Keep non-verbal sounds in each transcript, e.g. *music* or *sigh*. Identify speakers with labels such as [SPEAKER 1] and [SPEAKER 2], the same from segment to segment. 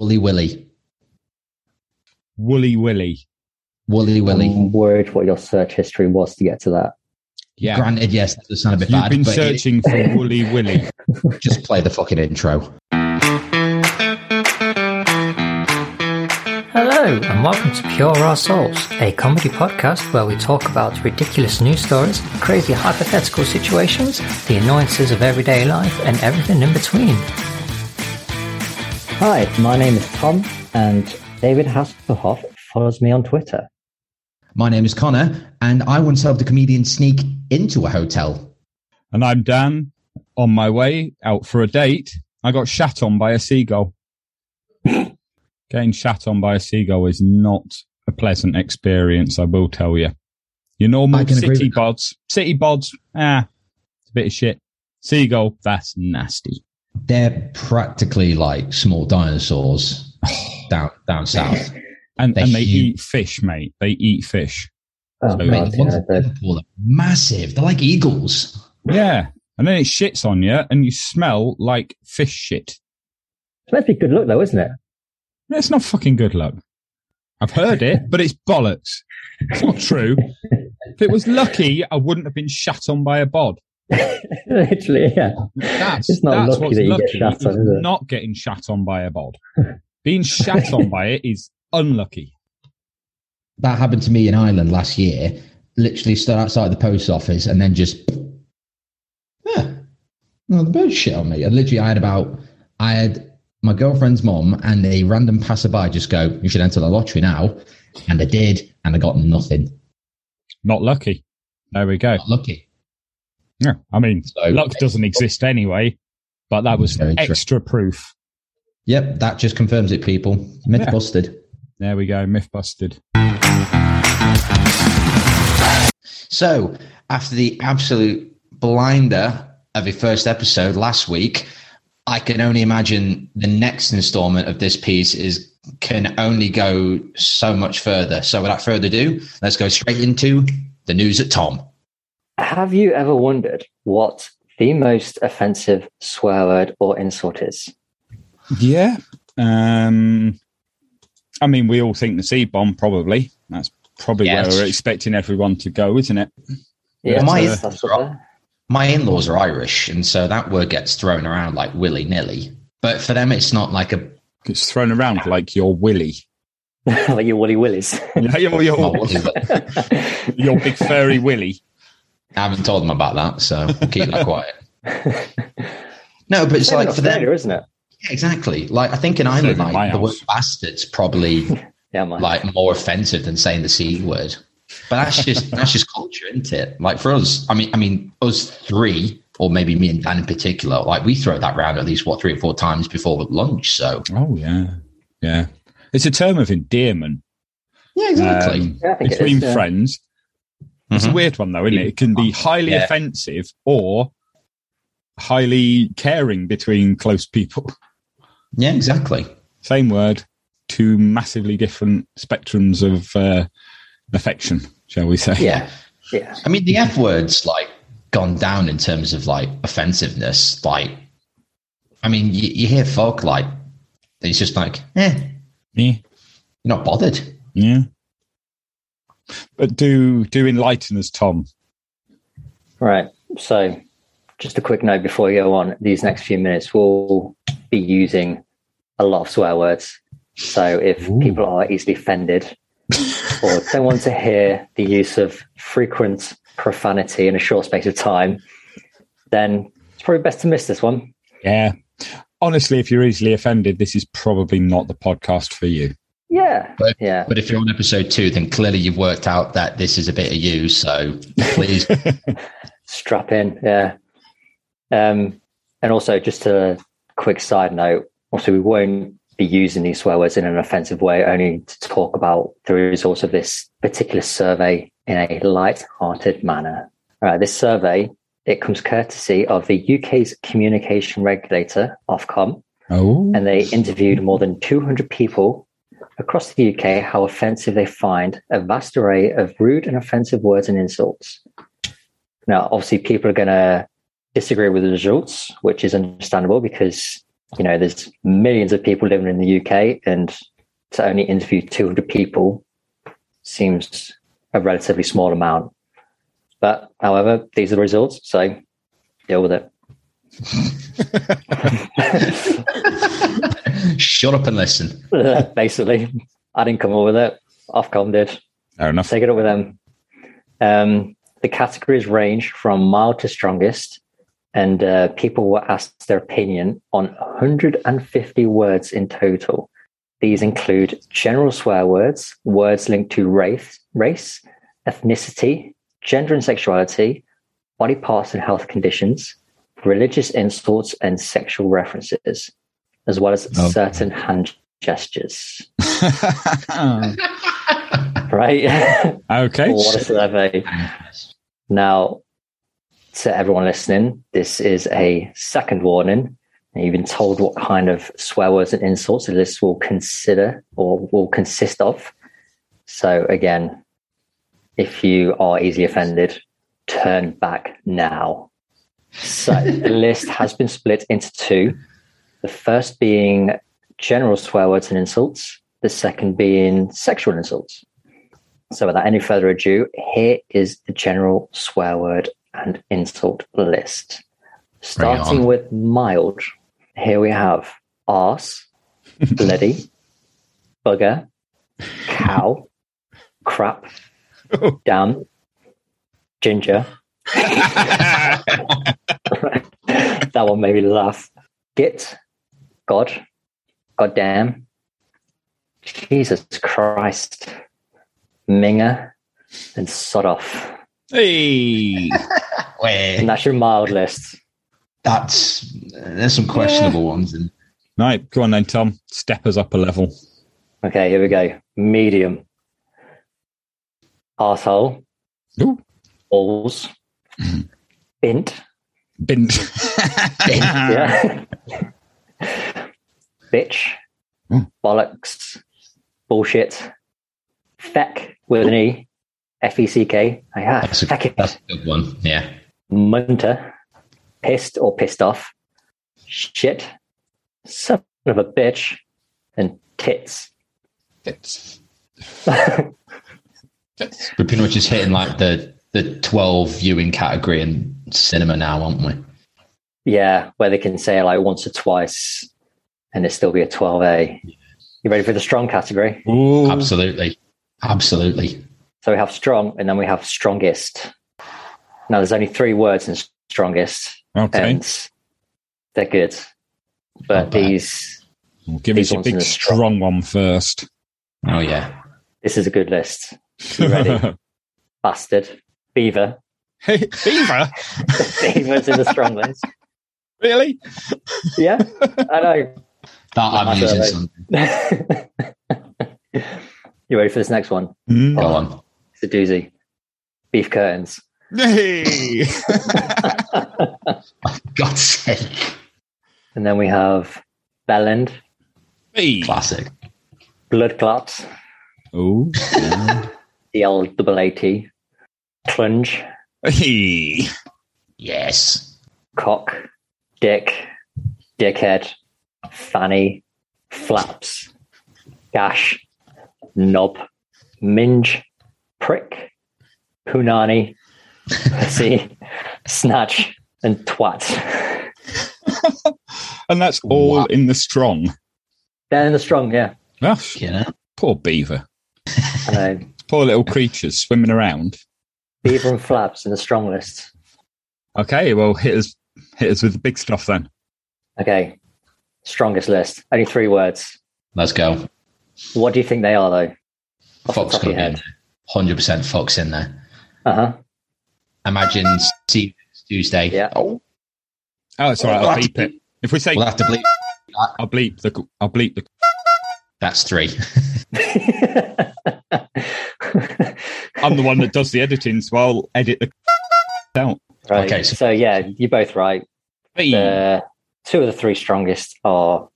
[SPEAKER 1] Woolly Willy.
[SPEAKER 2] Woolly Willy.
[SPEAKER 1] Woolly
[SPEAKER 2] Oh,
[SPEAKER 1] Willy.
[SPEAKER 3] One word what your search history was to get to that.
[SPEAKER 2] Yeah.
[SPEAKER 1] Granted, yes, that does sound a bit
[SPEAKER 2] You've
[SPEAKER 1] bad,
[SPEAKER 2] been
[SPEAKER 1] but it-
[SPEAKER 2] searching for Woolly Willy.
[SPEAKER 1] *laughs* just play the fucking intro.
[SPEAKER 4] Hello, and welcome to Pure Raw Souls, a comedy podcast where we talk about ridiculous news stories, crazy hypothetical situations, the annoyances of everyday life, and everything in between.
[SPEAKER 3] Hi, my name is Tom, and David Hasselhoff follows me on Twitter.
[SPEAKER 1] My name is Connor, and I once helped a comedian sneak into a hotel.
[SPEAKER 2] And I'm Dan. On my way out for a date, I got shat on by
[SPEAKER 1] *laughs*
[SPEAKER 2] a seagull. Getting shat on by a seagull is not a pleasant experience, I will tell you. Your
[SPEAKER 1] I
[SPEAKER 2] normal
[SPEAKER 1] can agree
[SPEAKER 2] city
[SPEAKER 1] with that.
[SPEAKER 2] bods, city bods, ah, it's a bit of shit. Seagull, that's nasty.
[SPEAKER 1] They're practically like small
[SPEAKER 2] *sighs*
[SPEAKER 1] dinosaurs down down
[SPEAKER 2] *laughs*
[SPEAKER 1] south.
[SPEAKER 2] And,
[SPEAKER 1] They're
[SPEAKER 2] and they
[SPEAKER 1] huge.
[SPEAKER 2] eat fish, mate. They eat fish.
[SPEAKER 3] Oh,
[SPEAKER 2] Mate,
[SPEAKER 1] Mate,
[SPEAKER 3] God,
[SPEAKER 1] the
[SPEAKER 3] yeah,
[SPEAKER 1] ones at
[SPEAKER 3] the-
[SPEAKER 1] Liverpool are massive. They're like eagles.
[SPEAKER 2] Yeah. And then it shits on you and you smell like fish shit.
[SPEAKER 3] it's meant to be good look, though, isn't it? *laughs*
[SPEAKER 2] That's not fucking good luck. I've heard it, but it's bollocks. It's not true. If it was lucky, I wouldn't have been shat on by a bod.
[SPEAKER 3] Literally, yeah.
[SPEAKER 2] That's,
[SPEAKER 3] it's not
[SPEAKER 2] that's
[SPEAKER 3] lucky
[SPEAKER 2] what's
[SPEAKER 3] that you
[SPEAKER 2] lucky.
[SPEAKER 3] get shat on,
[SPEAKER 2] is
[SPEAKER 3] is it?
[SPEAKER 2] Not getting shat on by a bod. Being shat on by it is unlucky.
[SPEAKER 1] That happened to me in Ireland last year. Literally stood outside the post office and then just, yeah, no, the bird shit on me. And literally, I had about, I had my girlfriend's mom and a random passerby just go, "You should enter the lottery now," and I did, and I got nothing.
[SPEAKER 2] Not lucky. There we go.
[SPEAKER 1] Not lucky.
[SPEAKER 2] Yeah. I mean,
[SPEAKER 1] So-
[SPEAKER 2] luck doesn't exist anyway, but that was
[SPEAKER 1] Very true.
[SPEAKER 2] extra proof.
[SPEAKER 1] Yep, that just confirms it, people. Myth
[SPEAKER 2] Yeah.
[SPEAKER 1] busted.
[SPEAKER 2] There we go. Myth busted.
[SPEAKER 1] So, after the absolute blinder of a first episode last week, I can only imagine the next installment of this piece is can only go so much further. So, without further ado, let's go straight into the news at Tom.
[SPEAKER 3] Have you ever wondered what the most offensive swear word or insult is?
[SPEAKER 2] Yeah. Um, I mean, we all think the C bomb probably. That's probably
[SPEAKER 1] Yes.
[SPEAKER 2] where we're expecting everyone to go, isn't it?
[SPEAKER 3] Yeah,
[SPEAKER 1] my-
[SPEAKER 3] that's- that's what they're-
[SPEAKER 1] My in laws are Irish, and so that word gets thrown around like willy nilly. But for them, it's not like a
[SPEAKER 2] It's thrown around like your willy.
[SPEAKER 3] *laughs* like your Woolly Willies.
[SPEAKER 2] Yeah, your,
[SPEAKER 1] oh,
[SPEAKER 2] your,
[SPEAKER 1] what is it?
[SPEAKER 2] your big furry willy.
[SPEAKER 1] I haven't told them about that, so we'll keep that quiet. No, but it's
[SPEAKER 3] Same in
[SPEAKER 1] like for them,
[SPEAKER 3] Australia, isn't it?
[SPEAKER 1] Yeah, exactly. Like I think in
[SPEAKER 2] Same
[SPEAKER 1] Ireland,
[SPEAKER 2] in my
[SPEAKER 1] like the word
[SPEAKER 2] house.
[SPEAKER 1] bastard's
[SPEAKER 2] *laughs*
[SPEAKER 1] probably
[SPEAKER 3] Yeah, mine.
[SPEAKER 1] like more offensive than saying the c word. But that's just that's just culture, isn't it? Like for us, I mean, I mean, us three, or maybe me and Dan in particular, like we throw that round at least what three or four times before lunch. So
[SPEAKER 2] Oh, yeah. Yeah. It's a term of endearment
[SPEAKER 1] yeah,
[SPEAKER 2] um,
[SPEAKER 3] Yeah, I think it
[SPEAKER 2] between
[SPEAKER 3] is, yeah.
[SPEAKER 2] friends. It's a
[SPEAKER 1] Mhm.
[SPEAKER 2] weird one, though, isn't it? It can be highly
[SPEAKER 1] Yeah.
[SPEAKER 2] offensive or highly caring between close people.
[SPEAKER 1] yeah, exactly.
[SPEAKER 2] same word, two massively different spectrums of uh, affection, shall we say?
[SPEAKER 1] Yeah,
[SPEAKER 3] Yeah.
[SPEAKER 1] I mean, the F word's like gone down in terms of like offensiveness. Like, I mean, you, you hear folk like it's just like, eh,
[SPEAKER 2] yeah,
[SPEAKER 1] you're not bothered.
[SPEAKER 2] yeah. But do do enlighten us, Tom.
[SPEAKER 3] Right. So, just a quick note before we go on. These next few minutes will be using a lot of swear words. So if people are easily offended or don't want to hear the use of frequent profanity in a short space of time, then it's probably best to miss this one.
[SPEAKER 2] Yeah. Honestly, if you're easily offended, this is probably not the podcast for you.
[SPEAKER 3] Yeah.
[SPEAKER 1] But-
[SPEAKER 3] yeah.
[SPEAKER 1] But if you're on episode two, then clearly you've worked out that this is a bit of you. So please,
[SPEAKER 3] strap in yeah um and also just a quick side note also we won't be using these swear words in an offensive way only to talk about the results of this particular survey in a light-hearted manner all right this survey it comes courtesy of the uk's communication regulator ofcom
[SPEAKER 2] Oh.
[SPEAKER 3] and they interviewed more than 200 people across the UK how offensive they find a vast array of rude and offensive words and insults. Now, obviously, people are going to disagree with the results, which is understandable because you know there's millions of people living in the UK, and to only interview 200 people seems a relatively small amount. But however, these are the results, so deal with it.
[SPEAKER 1] shut up and listen.
[SPEAKER 3] *laughs* basically. I didn't come up with it. Ofcom did.
[SPEAKER 2] Fair enough.
[SPEAKER 3] Take it up with them. Um, the categories range from mild to strongest, and uh, people were asked their opinion on 150 words in total. These include general swear words, words linked to race, race, ethnicity, gender and sexuality, body parts and health conditions, religious insults, and sexual references, as well as
[SPEAKER 5] Oh.
[SPEAKER 3] certain hand gestures. Right? *laughs*
[SPEAKER 2] okay.
[SPEAKER 3] what a survey. Now, to everyone listening, this is a second warning. And You've been told what kind of swear words and insults the list will consider or will consist of. So, again, if you are easily offended, turn back now. So, the list has been split into two the first being general swear words and insults, the second being sexual insults. So, without any further ado, here is the general swear word and insult list. Starting
[SPEAKER 1] on.
[SPEAKER 3] with mild, here we have arse, bloody, bugger, cow, crap, damn, ginger. *laughs* that one made me laugh. Git, God, goddamn, Jesus Christ, Minger, and sod off.
[SPEAKER 2] Hey.
[SPEAKER 1] Wait,
[SPEAKER 3] And that's your mild list.
[SPEAKER 1] that's there's some questionable ones. And
[SPEAKER 2] Right. Go on then, Tom. Step us up a level.
[SPEAKER 3] Okay, here we go. Medium. Arsehole,
[SPEAKER 2] Ooh.
[SPEAKER 3] balls, bint, *laughs*
[SPEAKER 2] Bint.
[SPEAKER 3] yeah.
[SPEAKER 1] Um,
[SPEAKER 3] *laughs* Bitch,
[SPEAKER 1] Hmm.
[SPEAKER 3] bollocks, bullshit, feck with an E, F E C K. I have
[SPEAKER 1] that's a,
[SPEAKER 3] feck it.
[SPEAKER 1] that's a good one. Yeah.
[SPEAKER 3] munter, pissed or pissed off, shit, son of a bitch, and tits.
[SPEAKER 1] *laughs*
[SPEAKER 2] Bits.
[SPEAKER 1] We're pretty much just hitting like the the twelve viewing category in cinema now, aren't we?
[SPEAKER 3] Yeah, where they can say it like once or twice and it still be a 12A. You ready for the strong category?
[SPEAKER 2] Ooh.
[SPEAKER 1] Absolutely, absolutely.
[SPEAKER 3] So we have strong and then we have strongest. Now there's only three words in strongest
[SPEAKER 2] Okay.
[SPEAKER 3] and they're good.
[SPEAKER 1] Not
[SPEAKER 3] But
[SPEAKER 1] bad.
[SPEAKER 3] these,
[SPEAKER 2] Well, give us
[SPEAKER 3] Um, these
[SPEAKER 2] a
[SPEAKER 3] ones
[SPEAKER 2] big
[SPEAKER 3] in the-
[SPEAKER 2] strong one first.
[SPEAKER 1] Oh yeah.
[SPEAKER 3] this is a good list. You ready? Bastard, beaver.
[SPEAKER 2] *laughs*
[SPEAKER 3] *laughs*
[SPEAKER 2] hey, Beaver?
[SPEAKER 3] Beaver's in the strong list.
[SPEAKER 2] really?
[SPEAKER 3] Yeah, I know.
[SPEAKER 1] That I'm
[SPEAKER 3] That's
[SPEAKER 1] using
[SPEAKER 3] alright.
[SPEAKER 1] some.
[SPEAKER 3] *laughs* you ready for this next one?
[SPEAKER 2] Mm.
[SPEAKER 1] Go on.
[SPEAKER 3] It's a doozy. Beef curtains.
[SPEAKER 2] Hey.
[SPEAKER 1] God's sake.
[SPEAKER 3] And then we have bellend,
[SPEAKER 2] hey.
[SPEAKER 1] Classic.
[SPEAKER 3] blood clots,
[SPEAKER 2] Ooh.
[SPEAKER 3] the old double AT, plunge,
[SPEAKER 2] Hey.
[SPEAKER 1] Yes.
[SPEAKER 3] cock, dick, dickhead, fanny, flaps, gash, knob, minge, prick, punani, *laughs* pussy, snatch, and twat.
[SPEAKER 2] And that's all
[SPEAKER 1] Wow.
[SPEAKER 2] in the strong.
[SPEAKER 3] Down in the strong, yeah.
[SPEAKER 2] Gosh,
[SPEAKER 1] Yeah.
[SPEAKER 2] poor beaver.
[SPEAKER 3] I know.
[SPEAKER 2] Poor little creatures swimming around.
[SPEAKER 3] Beaver and flaps in the strong list.
[SPEAKER 2] Okay, well, hit us, hit us with the big stuff then.
[SPEAKER 3] Okay. Strongest list. Only three words.
[SPEAKER 1] Let's go.
[SPEAKER 3] What do you think they are, though? Off the
[SPEAKER 1] Fox
[SPEAKER 3] top of
[SPEAKER 1] got
[SPEAKER 3] your
[SPEAKER 1] in.
[SPEAKER 3] head.
[SPEAKER 1] Hundred percent Fox in there.
[SPEAKER 3] Uh huh.
[SPEAKER 1] Imagine see you next Tuesday.
[SPEAKER 3] Yeah.
[SPEAKER 1] Oh,
[SPEAKER 2] Oh, it's all right. I'll bleep it. If we say,
[SPEAKER 1] we'll have to bleep.
[SPEAKER 2] I'll bleep the, I'll bleep the.
[SPEAKER 1] That's three.
[SPEAKER 2] I'm the one that does the editing, so I'll edit the out.
[SPEAKER 3] *laughs* right.
[SPEAKER 1] Okay, so-
[SPEAKER 3] So, yeah, you're both right.
[SPEAKER 2] Hey,
[SPEAKER 3] The two of the three strongest are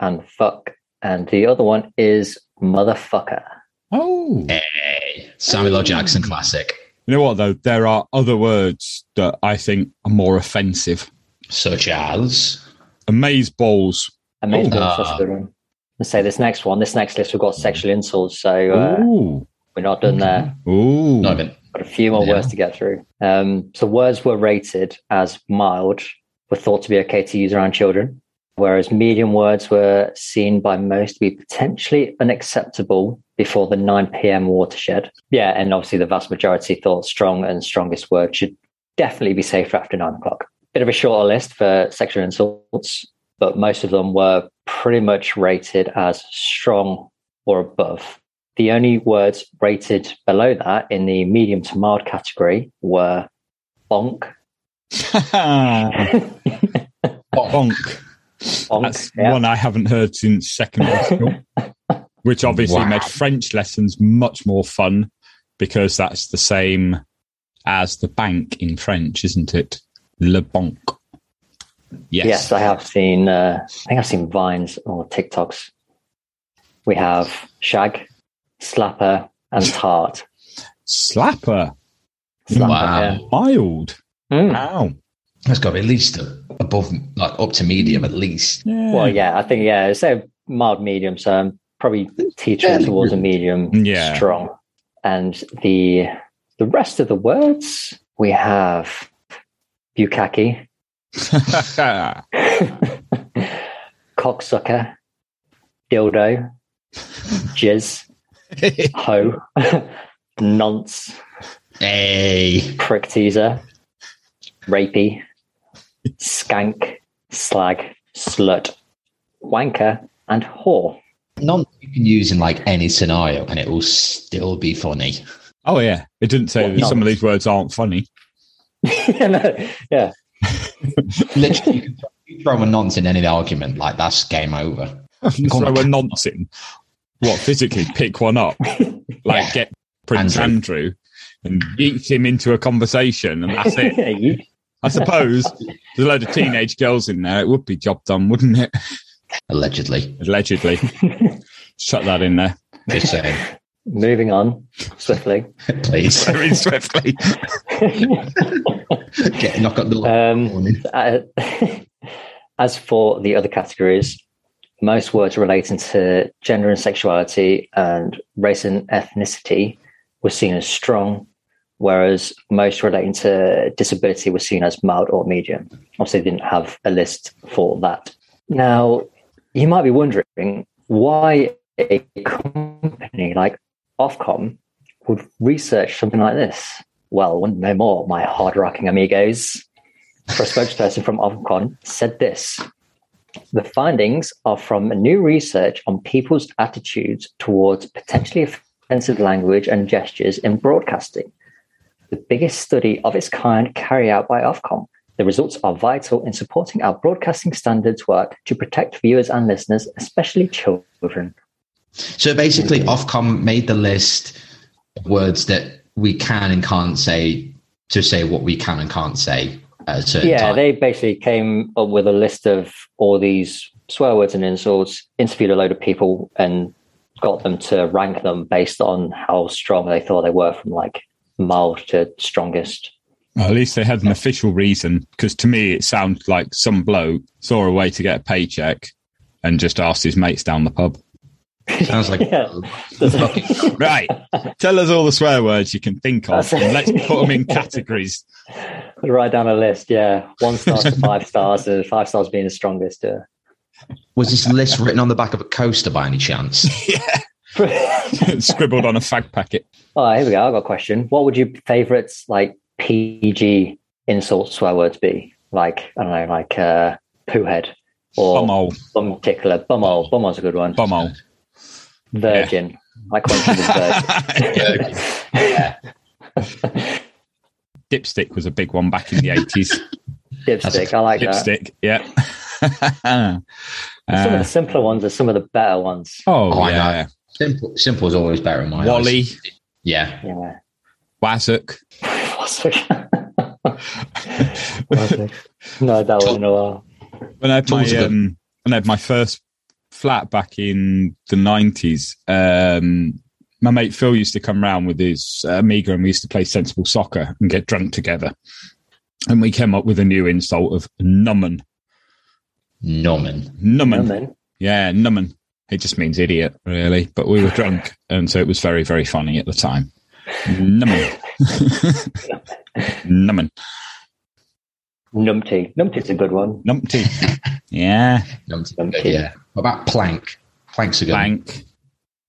[SPEAKER 3] and fuck, and the other one is motherfucker.
[SPEAKER 2] oh,
[SPEAKER 1] hey, Samuel L. Jackson classic.
[SPEAKER 2] you know what though? There are other words that I think are more offensive.
[SPEAKER 1] Such as
[SPEAKER 2] Amaze balls.
[SPEAKER 3] Amazing.
[SPEAKER 1] Ooh.
[SPEAKER 3] that's a good one. Let's say this next one, this next list, we've got sexual insults, so uh,
[SPEAKER 2] Ooh,
[SPEAKER 3] we're not done there.
[SPEAKER 2] ooh.
[SPEAKER 1] not even
[SPEAKER 3] Got a few more
[SPEAKER 1] Yeah.
[SPEAKER 3] words to get through. Um, so words were rated as mild, were thought to be okay to use around children, whereas medium words were seen by most to be potentially unacceptable before the 9 p.m. watershed. Yeah, and obviously the vast majority thought strong and strongest word should definitely be safer after nine o'clock. Bit of a shorter list for sexual insults, but most of them were pretty much rated as strong or above. The only words rated below that in the medium to mild category were bonk.
[SPEAKER 2] *laughs* Bonk.
[SPEAKER 3] Bonk.
[SPEAKER 2] That's
[SPEAKER 3] yeah.
[SPEAKER 2] one I haven't heard since secondary school, which obviously
[SPEAKER 1] Wow.
[SPEAKER 2] made French lessons much more fun because that's the same as the bank in French, isn't it? Le banque. Yes.
[SPEAKER 3] yes. I have seen, uh, I think I've seen Vines or TikToks. We have shag, slapper,
[SPEAKER 2] *laughs*
[SPEAKER 3] and tart.
[SPEAKER 2] Slapper.
[SPEAKER 3] Slapper,
[SPEAKER 1] Wow.
[SPEAKER 3] yeah.
[SPEAKER 2] Mild.
[SPEAKER 3] Mm.
[SPEAKER 2] Wow.
[SPEAKER 1] That's got to be at least above, like up to medium at least.
[SPEAKER 2] Yeah.
[SPEAKER 3] Well, yeah, I think, yeah, it's a mild medium, so I'm probably teetering towards a medium
[SPEAKER 2] Yeah.
[SPEAKER 3] strong. And the the rest of the words we have bukaki, cocksucker, dildo, jizz, hoe, nonce,
[SPEAKER 1] Hey,
[SPEAKER 3] prick teaser, rapey, skank, slag, slut, wanker, and whore. *laughs*
[SPEAKER 1] none you can use in like any scenario, and it will still be funny.
[SPEAKER 2] *laughs* oh, yeah. It didn't say that
[SPEAKER 3] Well,
[SPEAKER 2] some of these words aren't funny. *laughs*
[SPEAKER 3] yeah, no, yeah,
[SPEAKER 1] Literally, you can throw- you throw a nonce in any argument, like that's game over.
[SPEAKER 2] Throw a nonce in. What, physically pick one up? Like
[SPEAKER 1] Yeah.
[SPEAKER 2] get Prince Andrew. and yeet him into a conversation, and that's it.
[SPEAKER 3] *laughs* You-
[SPEAKER 2] I suppose there's a load of teenage girls in there. It would be job done, wouldn't it?
[SPEAKER 1] Allegedly,
[SPEAKER 2] Allegedly. Shut that in there
[SPEAKER 1] just saying.
[SPEAKER 3] moving on swiftly.
[SPEAKER 1] Please,
[SPEAKER 2] *laughs* very swiftly.
[SPEAKER 1] get knock up the
[SPEAKER 3] Um,
[SPEAKER 1] morning.
[SPEAKER 3] uh, *laughs* as for the other categories, most words relating to gender and sexuality and race and ethnicity were seen as strong, whereas most relating to disability were seen as mild or medium. Obviously, they didn't have a list for that. Now, you might be wondering why a company like Ofcom would research something like this. Well, wouldn't know more, my hard rocking amigos for a spokesperson from Ofcom said this. The findings are from new research on people's attitudes towards potentially offensive language and gestures in broadcasting. The biggest study of its kind carried out by Ofcom. The results are vital in supporting our broadcasting standards work to protect viewers and listeners, especially children.
[SPEAKER 1] So basically, Ofcom made the list of words that we can and can't say to say what we can and can't say at a certain
[SPEAKER 3] Yeah,
[SPEAKER 1] time.
[SPEAKER 3] they basically came up with a list of all these swear words and insults, interviewed a load of people, and got them to rank them based on how strong they thought they were from like mild to strongest.
[SPEAKER 2] Well, at least they had an official reason, because to me it sounds like some bloke saw a way to get a paycheck and just asked his mates down the pub.
[SPEAKER 1] Sounds like
[SPEAKER 2] right. Tell us all the swear words you can think of, and let's put them in categories. *laughs*
[SPEAKER 3] Write down a list. Yeah, one star to five stars. Uh, five stars being the strongest. Uh, *laughs*
[SPEAKER 1] Was this list written on the back of a coaster by any chance?
[SPEAKER 2] Scribbled on a fag packet.
[SPEAKER 3] All right, here we go. I've got a question. What would your favorites like PG insult swear words be? Like, I don't know, like uh, poo head or
[SPEAKER 2] Bumhole.
[SPEAKER 3] bum tickler. Bumhole. Bumhole's a good one.
[SPEAKER 2] Bumhole.
[SPEAKER 3] Virgin. Like when she was virgin.
[SPEAKER 2] *laughs* Dipstick was a big one back in the eighties.
[SPEAKER 3] Dipstick. I like that.
[SPEAKER 2] Dipstick, *laughs* yeah.
[SPEAKER 3] Some of
[SPEAKER 2] Uh,
[SPEAKER 3] the simpler ones are some of the better ones.
[SPEAKER 2] oh,
[SPEAKER 1] Oh, I
[SPEAKER 2] yeah.
[SPEAKER 1] Simple, simple is always better in my eyes.
[SPEAKER 2] Wally,
[SPEAKER 1] Yeah.
[SPEAKER 3] Yeah.
[SPEAKER 2] Wazzock.
[SPEAKER 3] What's it? no, uh, that one in a while.
[SPEAKER 2] When I had my
[SPEAKER 1] Tools are good.
[SPEAKER 2] um, when I had my first flat back in the nineties, um, my mate Phil used to come round with his uh, Amiga, and we used to play sensible soccer and get drunk together. And we came up with a new insult of numbin,
[SPEAKER 1] Norman.
[SPEAKER 2] numbin.
[SPEAKER 3] Numbin.
[SPEAKER 2] Yeah, numbin. It just means idiot, really. But we
[SPEAKER 1] *laughs*
[SPEAKER 2] were drunk, and so it was very, very funny at the time. *laughs* Numbin, numbin,
[SPEAKER 3] Numpty. Numpty's a good one.
[SPEAKER 2] numpty. Yeah,
[SPEAKER 1] Numpty.
[SPEAKER 3] Numpty.
[SPEAKER 1] Yeah. What about Plank? Plank's a good one.
[SPEAKER 2] blank,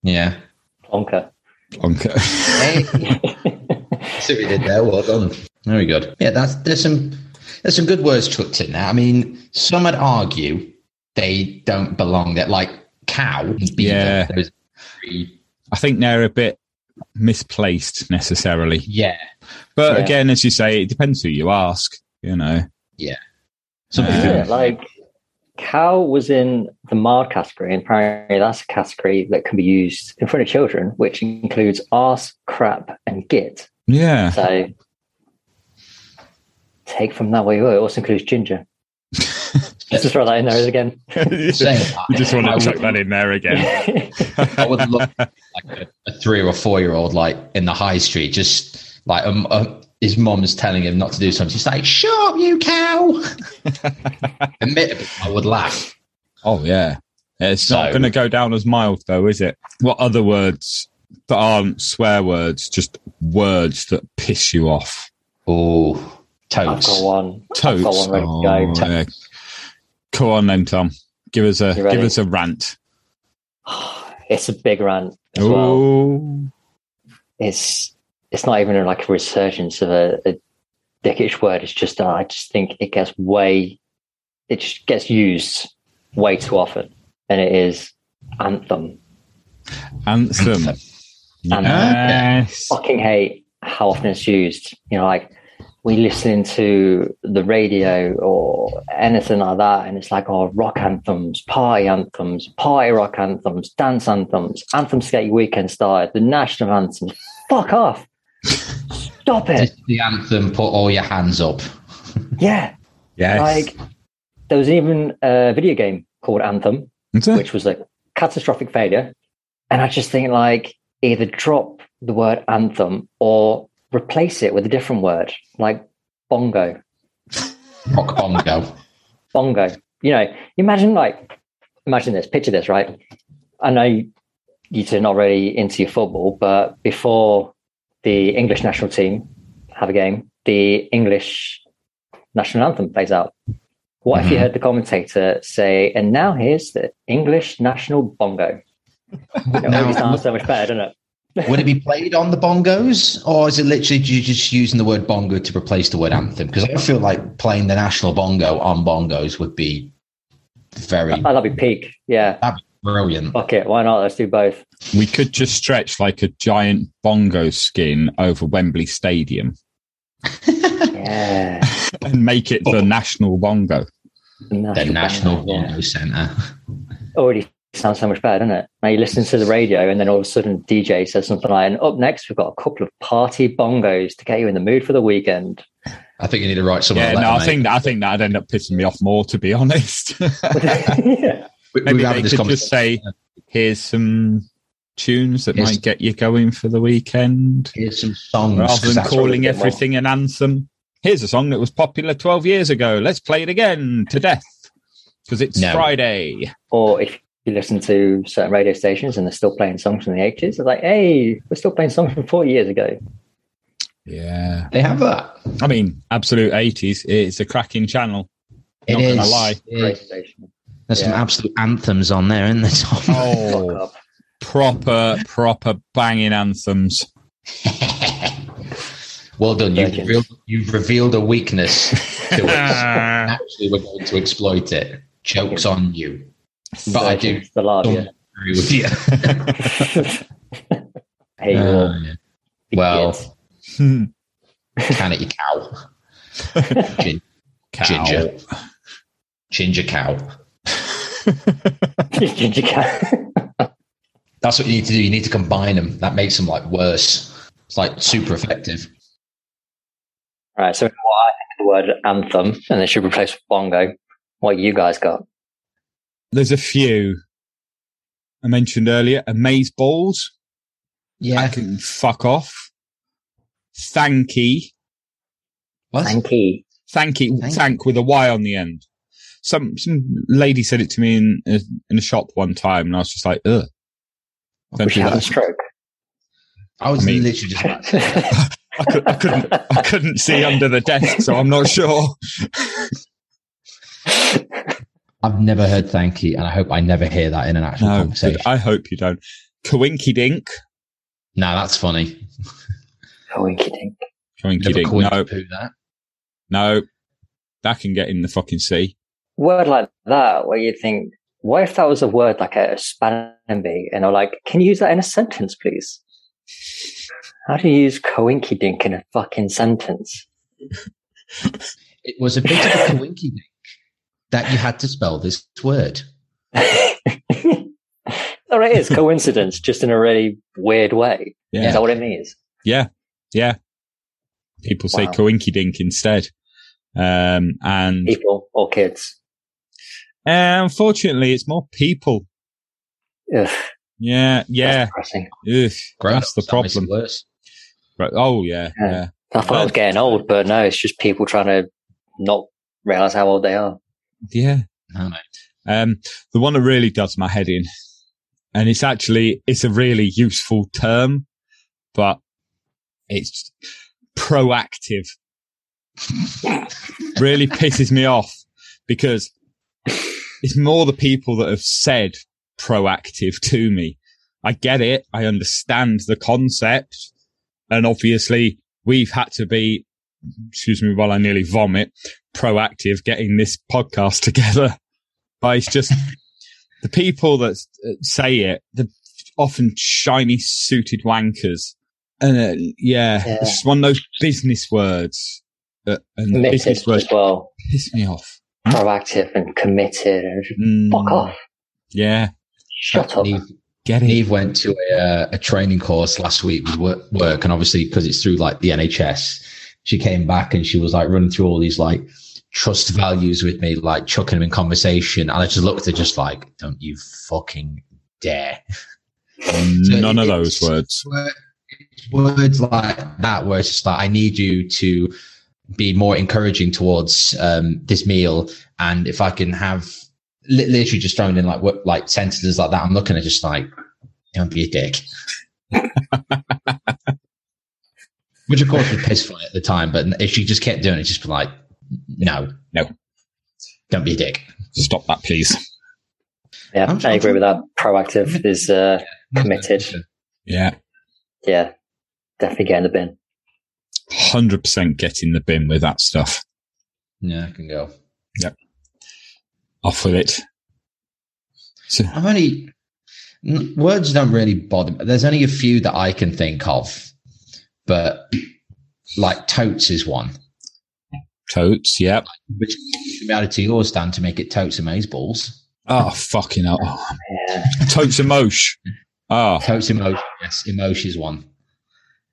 [SPEAKER 1] Yeah.
[SPEAKER 3] Plonker.
[SPEAKER 2] plonker.
[SPEAKER 1] Hey. *laughs* See what you did there. Well done. Very good. Yeah, that's there's some there's some good words chucked in there. I mean, some would argue they don't belong there, like cow and beaver.
[SPEAKER 2] Yeah.
[SPEAKER 1] Those three-
[SPEAKER 2] I think they're a bit misplaced necessarily.
[SPEAKER 1] yeah.
[SPEAKER 2] But
[SPEAKER 3] Yeah.
[SPEAKER 2] again, as you say, it depends who you ask, you know.
[SPEAKER 1] Some people-
[SPEAKER 3] Yeah, like cow was in the mild category, and apparently that's a category that can be used in front of children, which includes arse, crap, and git.
[SPEAKER 1] *laughs*
[SPEAKER 2] Yeah.
[SPEAKER 3] So take from that what you will. It also includes ginger. Just throw that in there again.
[SPEAKER 2] you
[SPEAKER 1] Saying
[SPEAKER 2] *laughs*
[SPEAKER 1] that,
[SPEAKER 2] just want
[SPEAKER 1] I
[SPEAKER 2] to chuck
[SPEAKER 1] would-
[SPEAKER 2] that in there again.
[SPEAKER 1] I would love like a, a three or four year old like in the high street, just like um, um, his mom's telling him not to do something. She's like, "Shut up, you
[SPEAKER 2] *laughs*
[SPEAKER 1] cow!" Admittedly, I would laugh.
[SPEAKER 2] oh, yeah. It's not
[SPEAKER 1] So-
[SPEAKER 2] going to go down as mild, though, is it? What other words that aren't swear words, just words that piss you off?
[SPEAKER 1] Oh,
[SPEAKER 3] I've
[SPEAKER 1] toads.
[SPEAKER 3] got one. *sighs*
[SPEAKER 2] Totes.
[SPEAKER 3] I've got one ready to go.
[SPEAKER 2] Oh, yeah. Come on then, Tom. Give us a
[SPEAKER 3] You ready?
[SPEAKER 2] give us a rant.
[SPEAKER 3] It's a big rant as well.
[SPEAKER 2] Oh,
[SPEAKER 3] it's it's not even like a resurgence of a, a dickish word. It's just uh, I just think it gets way it just gets used way too often, and it is anthem.
[SPEAKER 2] anthem. Yes.
[SPEAKER 3] Fucking hate how often it's used. You know, like we listen to the radio or anything like that, and it's like oh rock anthems, party anthems, party rock anthems, dance anthems, anthems to get your weekend started, the national anthems. Fuck off. Stop
[SPEAKER 1] *laughs*
[SPEAKER 3] it.
[SPEAKER 1] This is the anthem. Put all your hands up.
[SPEAKER 3] Yeah.
[SPEAKER 2] Yes.
[SPEAKER 3] Like there was even a video game called Anthem,
[SPEAKER 2] Is it?
[SPEAKER 3] *laughs* which was a catastrophic failure. And I just think like either drop the word anthem or replace it with a different word, like bongo.
[SPEAKER 1] Rock
[SPEAKER 3] *laughs*
[SPEAKER 1] bongo.
[SPEAKER 3] Bongo. You know, imagine like imagine this, picture this, right? I know you you two are not really into your football, but before the English national team have a game, the English national anthem plays out. What if you heard the commentator say, and now here's the English national bongo? *laughs* You know,
[SPEAKER 1] Now-
[SPEAKER 3] it sounds so much better, doesn't it?
[SPEAKER 1] Would it be played on the bongos, or is it literally you just using the word bongo to replace the word anthem? Because I feel like playing the national bongo on bongos would be very
[SPEAKER 3] Oh, that'd be peak. Yeah.
[SPEAKER 1] that'd be brilliant.
[SPEAKER 3] Fuck it. Why not? Let's do both.
[SPEAKER 2] We could just stretch like a giant bongo skin over Wembley Stadium
[SPEAKER 3] Yeah.
[SPEAKER 2] and make it the national bongo.
[SPEAKER 3] *laughs* The national,
[SPEAKER 1] The National
[SPEAKER 3] bongo, yeah.
[SPEAKER 1] Bongo Center.
[SPEAKER 3] already sounds so much better, doesn't it? Now you listen to the radio, and then all of a sudden DJ says something like, "And up next, we've got a couple of party bongos to get you in the mood for the weekend." *laughs*
[SPEAKER 1] I think you need to write something.
[SPEAKER 2] Yeah,
[SPEAKER 1] like
[SPEAKER 2] no,
[SPEAKER 1] that,
[SPEAKER 2] I think I think that'd end up pissing me off more, to be *laughs* honest.
[SPEAKER 3] yeah.
[SPEAKER 1] we, we're
[SPEAKER 2] Maybe they
[SPEAKER 1] having this
[SPEAKER 2] could just
[SPEAKER 1] conversation.
[SPEAKER 2] say, "Here's some tunes that
[SPEAKER 1] Yes.
[SPEAKER 2] might get you going for the weekend,"
[SPEAKER 1] Here's some songs.
[SPEAKER 2] rather
[SPEAKER 1] 'cause
[SPEAKER 2] than
[SPEAKER 1] that's what
[SPEAKER 2] calling
[SPEAKER 1] we-
[SPEAKER 3] bit more-
[SPEAKER 2] everything an anthem. Here's a song that was popular 12 years ago. Let's play it again to death because it's
[SPEAKER 1] No.
[SPEAKER 2] Friday.
[SPEAKER 3] Or if you listen to certain radio stations and they're still playing songs from the 80s. It's like, hey, we're still playing songs from 40 years ago.
[SPEAKER 2] Yeah.
[SPEAKER 1] They have that.
[SPEAKER 2] I mean, absolute 80s. It's a cracking channel.
[SPEAKER 5] It
[SPEAKER 2] Not gonna
[SPEAKER 5] is.
[SPEAKER 2] lie.
[SPEAKER 5] It
[SPEAKER 1] Mm.
[SPEAKER 3] Radio
[SPEAKER 5] is.
[SPEAKER 3] station.
[SPEAKER 5] There's some
[SPEAKER 3] Yeah.
[SPEAKER 5] absolute anthems on there, isn't there, Tom?
[SPEAKER 3] Fuck
[SPEAKER 2] Oh,
[SPEAKER 3] up.
[SPEAKER 2] *laughs* proper, proper banging anthems.
[SPEAKER 1] Well done. You've
[SPEAKER 3] Legend.
[SPEAKER 1] revealed, you've revealed a weakness
[SPEAKER 3] *laughs*
[SPEAKER 1] to us.
[SPEAKER 2] *laughs*
[SPEAKER 1] Actually, we're going to exploit it. Joke's on you. But I do
[SPEAKER 3] Virgin Stallavia.
[SPEAKER 1] agree with
[SPEAKER 2] *laughs*
[SPEAKER 1] you. *laughs*
[SPEAKER 3] *laughs* Hey, you all.
[SPEAKER 1] Uh, *laughs*
[SPEAKER 3] *laughs*
[SPEAKER 1] well,
[SPEAKER 2] Hmm. *laughs*
[SPEAKER 1] can it, you cow. Gin-
[SPEAKER 2] Cow.
[SPEAKER 1] Ginger. Ginger cow.
[SPEAKER 3] Ginger cat.
[SPEAKER 1] That's what you need to do. You need to combine them. That makes them like worse. It's like super effective.
[SPEAKER 3] All *laughs* right, so what I think of the word anthem, and they should replace with bongo. What you guys got?
[SPEAKER 2] There's a few I mentioned earlier. Amaze balls. I
[SPEAKER 5] yeah.
[SPEAKER 2] can fuck off. Thanky.
[SPEAKER 1] What?
[SPEAKER 3] Thanky.
[SPEAKER 2] Thanky.
[SPEAKER 5] Thank-
[SPEAKER 2] Thank with a Y on the end. Some some lady said it to me in a, in a shop one time, and I was just like, ugh. Don't
[SPEAKER 3] Wish
[SPEAKER 2] do
[SPEAKER 3] you had a
[SPEAKER 2] that.
[SPEAKER 3] stroke.
[SPEAKER 1] I was
[SPEAKER 2] I mean-
[SPEAKER 1] literally just about
[SPEAKER 2] *laughs*
[SPEAKER 1] to
[SPEAKER 2] I, could, I couldn't. I couldn't see under the desk, so I'm not sure.
[SPEAKER 5] I've never heard thank you, and I hope I never hear that in an actual
[SPEAKER 2] No,
[SPEAKER 5] conversation.
[SPEAKER 2] I hope you don't. Kawinky dink.
[SPEAKER 1] Nah, that's funny.
[SPEAKER 3] oh, winky dink.
[SPEAKER 2] Kawinky
[SPEAKER 1] Never
[SPEAKER 2] dink.
[SPEAKER 1] coined
[SPEAKER 2] No,
[SPEAKER 1] poo that.
[SPEAKER 2] no. That can get in the fucking sea.
[SPEAKER 3] Word like that, where you think, what if that was a word like a spanning bee? And I'm like, can you use that in a sentence, please? How do you use coinky dink in a fucking sentence? *laughs*
[SPEAKER 1] It was a bit of a *laughs* coinky dink that you had to spell this word.
[SPEAKER 3] All
[SPEAKER 2] *laughs*
[SPEAKER 3] right, it's coincidence, just in a really weird way.
[SPEAKER 2] Yeah.
[SPEAKER 3] Is that what it means?
[SPEAKER 2] Yeah. Yeah. People say
[SPEAKER 3] Wow.
[SPEAKER 2] coinky dink instead. Um, and
[SPEAKER 3] People or kids?
[SPEAKER 2] uh, unfortunately, it's more people.
[SPEAKER 3] Ugh,
[SPEAKER 2] Yeah.
[SPEAKER 3] that's
[SPEAKER 2] Yeah.
[SPEAKER 3] depressing.
[SPEAKER 2] Ugh,
[SPEAKER 1] Gross.
[SPEAKER 2] that's the problem.
[SPEAKER 1] Worse.
[SPEAKER 2] Right. Oh, yeah.
[SPEAKER 3] Yeah.
[SPEAKER 2] Yeah.
[SPEAKER 3] I thought I was getting old, but no, it's just people trying to not realize how old they are.
[SPEAKER 2] Yeah.
[SPEAKER 1] No, mate.
[SPEAKER 2] Um, the one that really does my head in, and it's actually it's a really useful term, but it's proactive. really pisses me off because it's more the people that have said proactive to me. I get it. I understand the concept. And obviously we've had to be, excuse me, while I nearly vomit, proactive getting this podcast *laughs* together. But it's just the people that s- uh, say it, the often shiny suited wankers. And uh, yeah,
[SPEAKER 3] Yeah.
[SPEAKER 2] it's just one of those business words. Uh, and
[SPEAKER 3] Committed
[SPEAKER 2] business words
[SPEAKER 3] as well,
[SPEAKER 2] piss me off.
[SPEAKER 3] proactive and committed. And
[SPEAKER 2] Mm,
[SPEAKER 3] fuck off,
[SPEAKER 2] Yeah,
[SPEAKER 3] shut up.
[SPEAKER 1] Neve,
[SPEAKER 2] get it.
[SPEAKER 1] Neve went to a, uh, a training course last week with work, work and obviously because it's through like the NHS, she came back and she was like running through all these like trust values with me, like chucking them in conversation. And I just looked at her just like, don't you fucking dare.
[SPEAKER 2] None of
[SPEAKER 1] it's-
[SPEAKER 2] those words.
[SPEAKER 1] Word- it's words like that where it's just like i need you to be more encouraging towards um, this meal and if i can have li- literally just thrown in like what like sentences like that i'm looking at just like don't be a dick which of course was piss funny at the time but if she just kept doing it just be like no
[SPEAKER 2] No.
[SPEAKER 1] don't be a dick
[SPEAKER 2] Stop that, please.
[SPEAKER 3] Yeah,
[SPEAKER 1] I'm-
[SPEAKER 3] i agree with that. Proactive is uh, committed.
[SPEAKER 2] Yeah,
[SPEAKER 3] Yeah, definitely get in the bin.
[SPEAKER 2] hundred percent get in the bin with that stuff.
[SPEAKER 1] yeah i can go
[SPEAKER 2] Off with it. So,
[SPEAKER 1] I've only n- words don't really bother me. There's only a few that I can think of, but like totes is one.
[SPEAKER 2] totes. Yep.
[SPEAKER 1] Which should be added to yours, Dan, to make it totes amaze balls. *laughs*
[SPEAKER 2] Oh fucking hell. Oh,
[SPEAKER 3] Yeah,
[SPEAKER 2] totes and mosh. Ah,
[SPEAKER 1] Totes emotion, yes, emotion is one.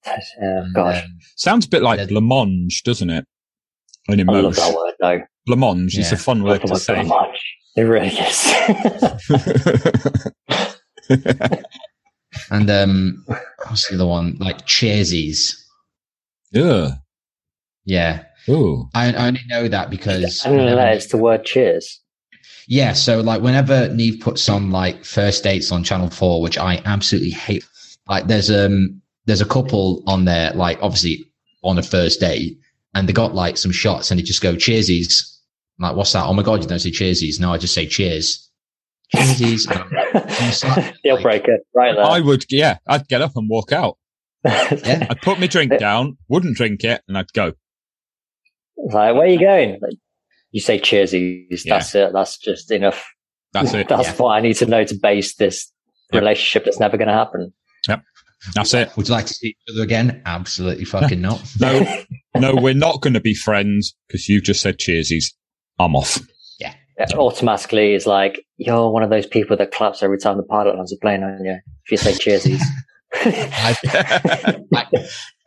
[SPEAKER 3] that's- yeah, gosh,
[SPEAKER 1] Um,
[SPEAKER 2] sounds a bit like
[SPEAKER 1] Yeah.
[SPEAKER 2] blancmange, doesn't it? An
[SPEAKER 3] I love
[SPEAKER 2] emotion.
[SPEAKER 3] that word though.
[SPEAKER 2] Blancmange is
[SPEAKER 1] Yeah.
[SPEAKER 2] a fun word
[SPEAKER 3] I
[SPEAKER 2] to
[SPEAKER 3] love that
[SPEAKER 2] say.
[SPEAKER 3] much. It really is. *laughs*
[SPEAKER 1] and um, what's the other one? Like cheersies.
[SPEAKER 2] *laughs* yeah.
[SPEAKER 1] Yeah,
[SPEAKER 2] Ooh.
[SPEAKER 1] I, I only know that because
[SPEAKER 3] and it's the word cheers. *laughs*
[SPEAKER 1] Yeah, so like whenever Neve puts on like first dates on Channel Four, which I absolutely hate, like there's um there's a couple on there, like obviously on a first date, and they got like some shots, and they just go cheersies. I'm like, what's that? Oh my god, you don't say cheersies? No, I just say cheers. Cheersies.
[SPEAKER 3] *laughs* Deal breaker, right there.
[SPEAKER 2] I would, yeah, I'd get up and walk out.
[SPEAKER 1] yeah,
[SPEAKER 2] I'd put my drink down, wouldn't drink it, and I'd go.
[SPEAKER 3] *laughs* like, where are you going? Like, you say cheersies.
[SPEAKER 2] Yeah.
[SPEAKER 3] That's it. That's just enough. *laughs*
[SPEAKER 2] That's it.
[SPEAKER 3] That's
[SPEAKER 1] Yeah.
[SPEAKER 3] what I need to know to base this
[SPEAKER 2] Yeah.
[SPEAKER 3] relationship that's never going to happen.
[SPEAKER 2] That's it.
[SPEAKER 1] would you like to see each other again? Absolutely fucking not.
[SPEAKER 2] No, no, we're not going to be friends because you just said cheersies. I'm off.
[SPEAKER 3] It uh, automatically is like, you're one of those people that claps every time the pilot lands a plane on you if you
[SPEAKER 1] *laughs*
[SPEAKER 3] say cheersies.
[SPEAKER 1] I, I,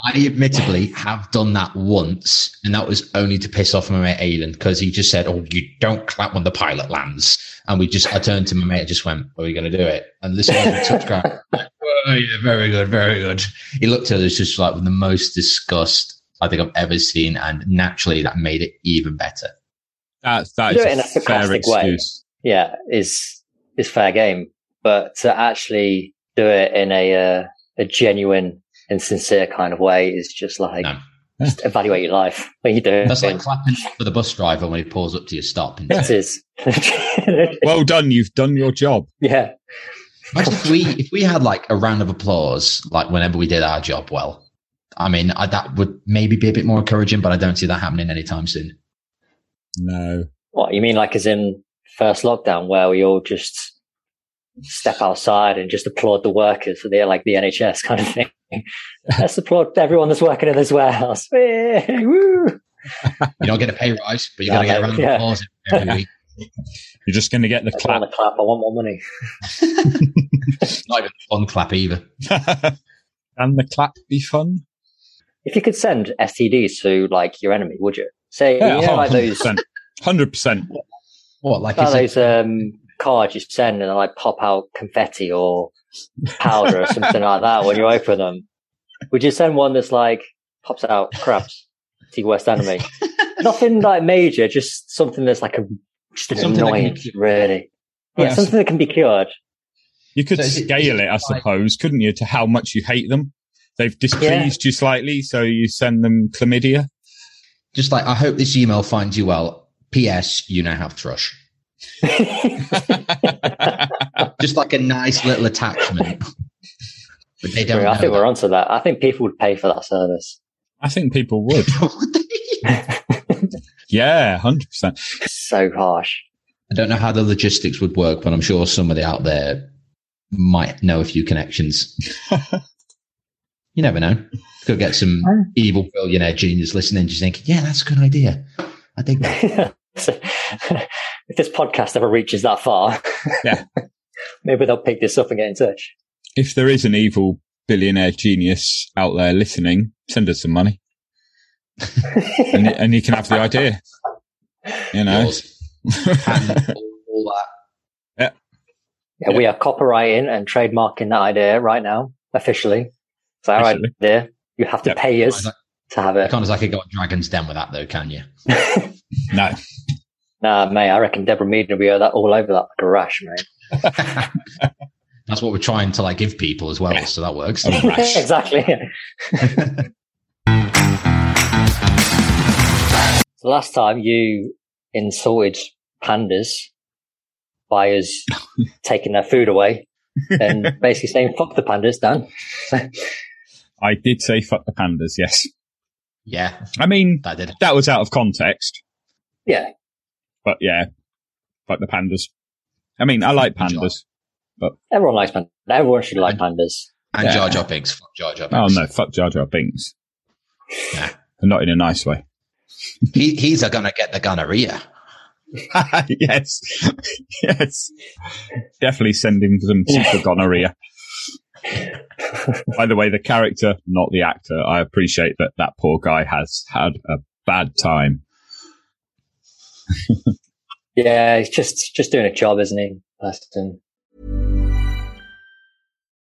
[SPEAKER 1] I admittedly have done that once, and that was only to piss off my mate Aidan because he just said, "Oh, you don't clap when the pilot lands." And we just, I turned to my mate, and just went, "Are we going to do it?" And this guy was such crap. Like, *laughs* oh, yeah, very good, very good. He looked at us just like with the most disgust I think I've ever seen, and naturally that made it even better.
[SPEAKER 2] That's that
[SPEAKER 3] Do
[SPEAKER 2] is
[SPEAKER 3] it in a
[SPEAKER 2] a fair
[SPEAKER 3] sarcastic way.
[SPEAKER 2] excuse.
[SPEAKER 3] yeah, is is fair game. But to actually do it in a uh, a genuine and sincere kind of way is just like
[SPEAKER 1] No.
[SPEAKER 3] just evaluate your life when you do it.
[SPEAKER 1] That's like clapping for the bus driver when he pulls up to your stop. And
[SPEAKER 3] it is.
[SPEAKER 2] Well done. You've done your job.
[SPEAKER 3] *laughs* yeah,
[SPEAKER 1] Imagine if we if we had like a round of applause, like whenever we did our job well. I mean, I, that would maybe be a bit more encouraging, but I don't see that happening anytime soon.
[SPEAKER 2] No.
[SPEAKER 3] What you mean, like as in first lockdown, where we all just step outside and just applaud the workers for their like the NHS *laughs* kind of thing. Let's applaud everyone that's working in this warehouse. *laughs* Hey, woo.
[SPEAKER 1] You don't get a pay rise, but you're
[SPEAKER 3] No,
[SPEAKER 1] going to get a
[SPEAKER 3] mate,
[SPEAKER 1] round
[SPEAKER 3] yeah.
[SPEAKER 1] of applause every
[SPEAKER 3] *laughs*
[SPEAKER 1] week.
[SPEAKER 2] You're just going to get the
[SPEAKER 3] I
[SPEAKER 2] clap.
[SPEAKER 3] want to clap. I want more money.
[SPEAKER 1] Not even one clap either.
[SPEAKER 2] *laughs* Can the clap be fun?
[SPEAKER 3] If you could send STDs to like your enemy, would you? Say,
[SPEAKER 2] *laughs*
[SPEAKER 3] you know, like those,
[SPEAKER 2] 100%. 100%.
[SPEAKER 1] What, like
[SPEAKER 3] like
[SPEAKER 1] it's
[SPEAKER 3] those um, cards you send and they like pop out confetti or powder or something like that when you open them. Would you send one that's like pops out crabs to your worst enemy? Nothing like major, just something that's like a just an
[SPEAKER 1] Something that can be
[SPEAKER 3] annoyance,
[SPEAKER 1] cured.
[SPEAKER 3] really.
[SPEAKER 2] Oh,
[SPEAKER 3] Yeah,
[SPEAKER 2] yeah,
[SPEAKER 3] something that can be cured.
[SPEAKER 2] You could
[SPEAKER 1] So is it-
[SPEAKER 2] scale
[SPEAKER 1] is
[SPEAKER 2] it,
[SPEAKER 1] it
[SPEAKER 2] I
[SPEAKER 1] like-
[SPEAKER 2] suppose, couldn't you, to how much you hate them? They've displeased you slightly, so you send them chlamydia.
[SPEAKER 1] just like, I hope this email finds you well. P.S. You now have
[SPEAKER 3] *laughs*
[SPEAKER 1] thrush. Just like a nice little attachment. but they don't.
[SPEAKER 3] I
[SPEAKER 1] know
[SPEAKER 3] think we're
[SPEAKER 1] that.
[SPEAKER 3] onto that. I think people would pay for that service.
[SPEAKER 2] I think people
[SPEAKER 3] *laughs*
[SPEAKER 2] would.
[SPEAKER 1] *laughs* I
[SPEAKER 2] Yeah, 100%.
[SPEAKER 3] So harsh. *laughs*
[SPEAKER 1] don't know how the logistics would work, but I'm sure somebody out there might know a few *laughs* connections. You never know. Could get some evil billionaire genius listening, just thinking, yeah, that's a good idea. I think that.
[SPEAKER 3] So, if this podcast ever reaches that far,
[SPEAKER 2] Yeah.
[SPEAKER 3] *laughs* maybe they'll pick this up and get
[SPEAKER 1] *laughs*
[SPEAKER 3] in touch.
[SPEAKER 2] If there is an evil billionaire genius out there listening, send us some money and, y- and you can have
[SPEAKER 1] *laughs*
[SPEAKER 2] the idea. You know?
[SPEAKER 1] Yours. And all, all that.
[SPEAKER 3] Yeah, We are copywriting and trademarking that idea right now, officially. It's our
[SPEAKER 2] Officially.
[SPEAKER 3] idea. You have to
[SPEAKER 2] Yep.
[SPEAKER 3] pay us to have
[SPEAKER 1] You
[SPEAKER 3] it.
[SPEAKER 1] can't just like go on Dragon's Den with that, though, can
[SPEAKER 2] *laughs*
[SPEAKER 1] you?
[SPEAKER 2] *laughs* no.
[SPEAKER 3] Nah, mate, I reckon Deborah Mead will be that all over that garage, mate.
[SPEAKER 1] *laughs* That's what we're trying to like give people as well, so that works. *laughs*
[SPEAKER 3] *laughs* exactly. so last time you insulted pandas by
[SPEAKER 1] *laughs*
[SPEAKER 3] us taking their food away and basically saying, fuck the pandas, Dan.
[SPEAKER 2] I did say fuck the pandas, yes.
[SPEAKER 1] Yeah,
[SPEAKER 2] I mean,
[SPEAKER 1] that did.
[SPEAKER 2] that was out of context,
[SPEAKER 3] Yeah.
[SPEAKER 2] but yeah, fuck the pandas. I mean, I like pandas.
[SPEAKER 3] Everyone likes pandas. Everyone should like pandas.
[SPEAKER 1] And
[SPEAKER 2] Yeah.
[SPEAKER 1] Jar Jar Binks. Fuck Jar Jar
[SPEAKER 2] Oh
[SPEAKER 1] Binks.
[SPEAKER 2] no, fuck Jar Jar Binks.
[SPEAKER 1] Nah.
[SPEAKER 2] But not in a nice way.
[SPEAKER 1] He, he's a gonna get the gonorrhea.
[SPEAKER 2] *laughs* yes. yes. Definitely sending them to gonorrhea. By the way, the character, not the actor. I appreciate that that poor guy has had a bad time.
[SPEAKER 3] Yeah, he's just just doing a job, isn't he? Preston?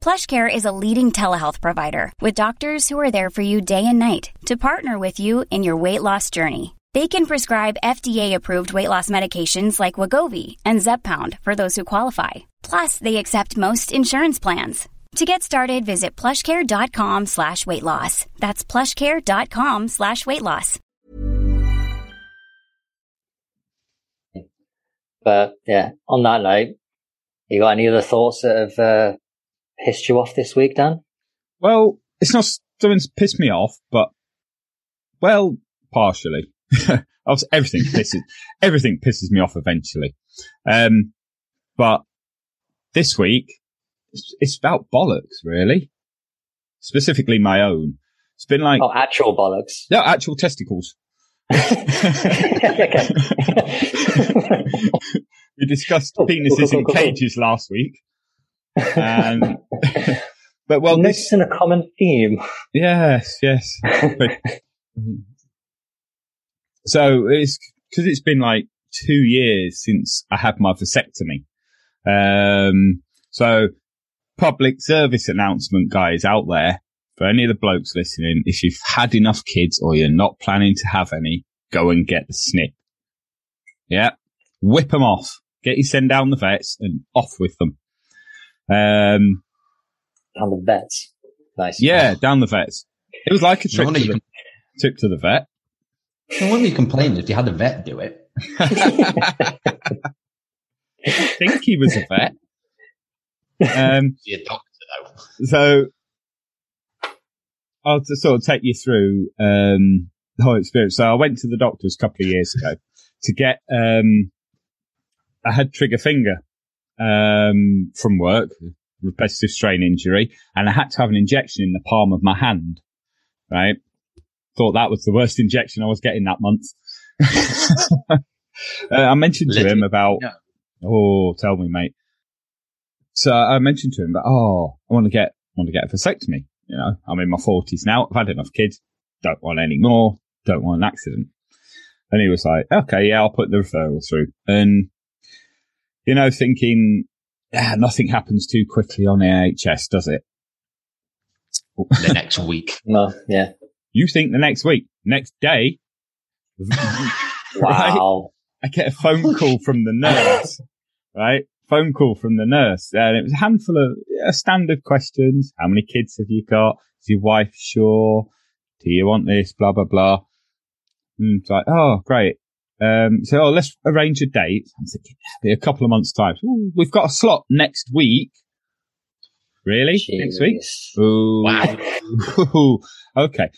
[SPEAKER 6] PlushCare is a leading telehealth provider with doctors who are there for you day and night to partner with you in your weight loss journey. They can prescribe FDA-approved weight loss medications like Wagovi and Zepbound for those who qualify. Plus, they accept most insurance plans. To get started, visit plushcare.com slash weight loss. That's plushcare.com slash weight loss.
[SPEAKER 3] But yeah, on that note, you got any other thoughts that have uh, pissed you off this week, Dan?
[SPEAKER 2] Well, it's not something that's pissed me off, but well, partially. *laughs* Obviously, everything pisses everything pisses me off eventually. Um, but this week, it's, it's about bollocks, really. Specifically, my own. It's been like
[SPEAKER 3] Oh, actual bollocks.
[SPEAKER 2] no actual testicles.
[SPEAKER 3] Okay.
[SPEAKER 2] We discussed
[SPEAKER 3] Cool, cool,
[SPEAKER 2] penises
[SPEAKER 3] cool,
[SPEAKER 2] in
[SPEAKER 3] cool, cool.
[SPEAKER 2] cages last week, and *laughs* but well, this
[SPEAKER 3] Noticing a common theme.
[SPEAKER 2] Yes, yes. But- so it's because it's been like two years since I had my vasectomy. Um, so public service announcement, guys out there, for any of the blokes listening, if you've had enough kids or you're not planning to have any, go and get the snip. Yeah. Whip them off. Get you send down the vets and off with them. Um,
[SPEAKER 3] on the vets. Nice.
[SPEAKER 2] yeah, down the vets. It was like a
[SPEAKER 1] No
[SPEAKER 2] trip,
[SPEAKER 1] wonder
[SPEAKER 2] to
[SPEAKER 1] you,
[SPEAKER 2] the, trip to the vet.
[SPEAKER 1] no wonder you complained if you had a vet do it.
[SPEAKER 2] I think he was a vet. Um,
[SPEAKER 1] Your doctor, though.
[SPEAKER 2] so I'll just sort of take you through um, the whole experience. So I went to the doctors a couple of years ago to get. Um, I had trigger finger um, from work, repetitive strain injury, and I had to have an injection in the palm of my hand. Right, thought that was the worst *laughs* injection I was getting that month. *laughs* uh, I mentioned to him
[SPEAKER 1] Literally,
[SPEAKER 2] about.
[SPEAKER 1] yeah.
[SPEAKER 2] Oh, tell me, mate. So I mentioned to him, but oh, I want to get want to get a vasectomy. You know, I'm in my forties now. I've had enough kids. Don't want any more. Don't want an accident. And he was like, okay, yeah, I'll put the referral through. And you know, thinking "Ah, nothing happens too quickly on AHS, does it?
[SPEAKER 1] The next week.
[SPEAKER 3] No, yeah.
[SPEAKER 2] You think the next week, next day, *laughs* Right.
[SPEAKER 3] Wow.
[SPEAKER 2] I get a phone call from the nurse, right? Phone call from the nurse. And it was a handful of yeah, standard questions. How many kids have you got? Is your wife sure? Do you want this? Blah, blah, blah. And it's like, oh, great. Um, so oh, let's arrange a date. I'm thinking it'll be a couple of months time. Ooh, we've got a slot next week. Really? Next week?
[SPEAKER 3] Jeez.
[SPEAKER 2] Ooh.
[SPEAKER 1] Wow.
[SPEAKER 2] Ooh, *laughs* okay.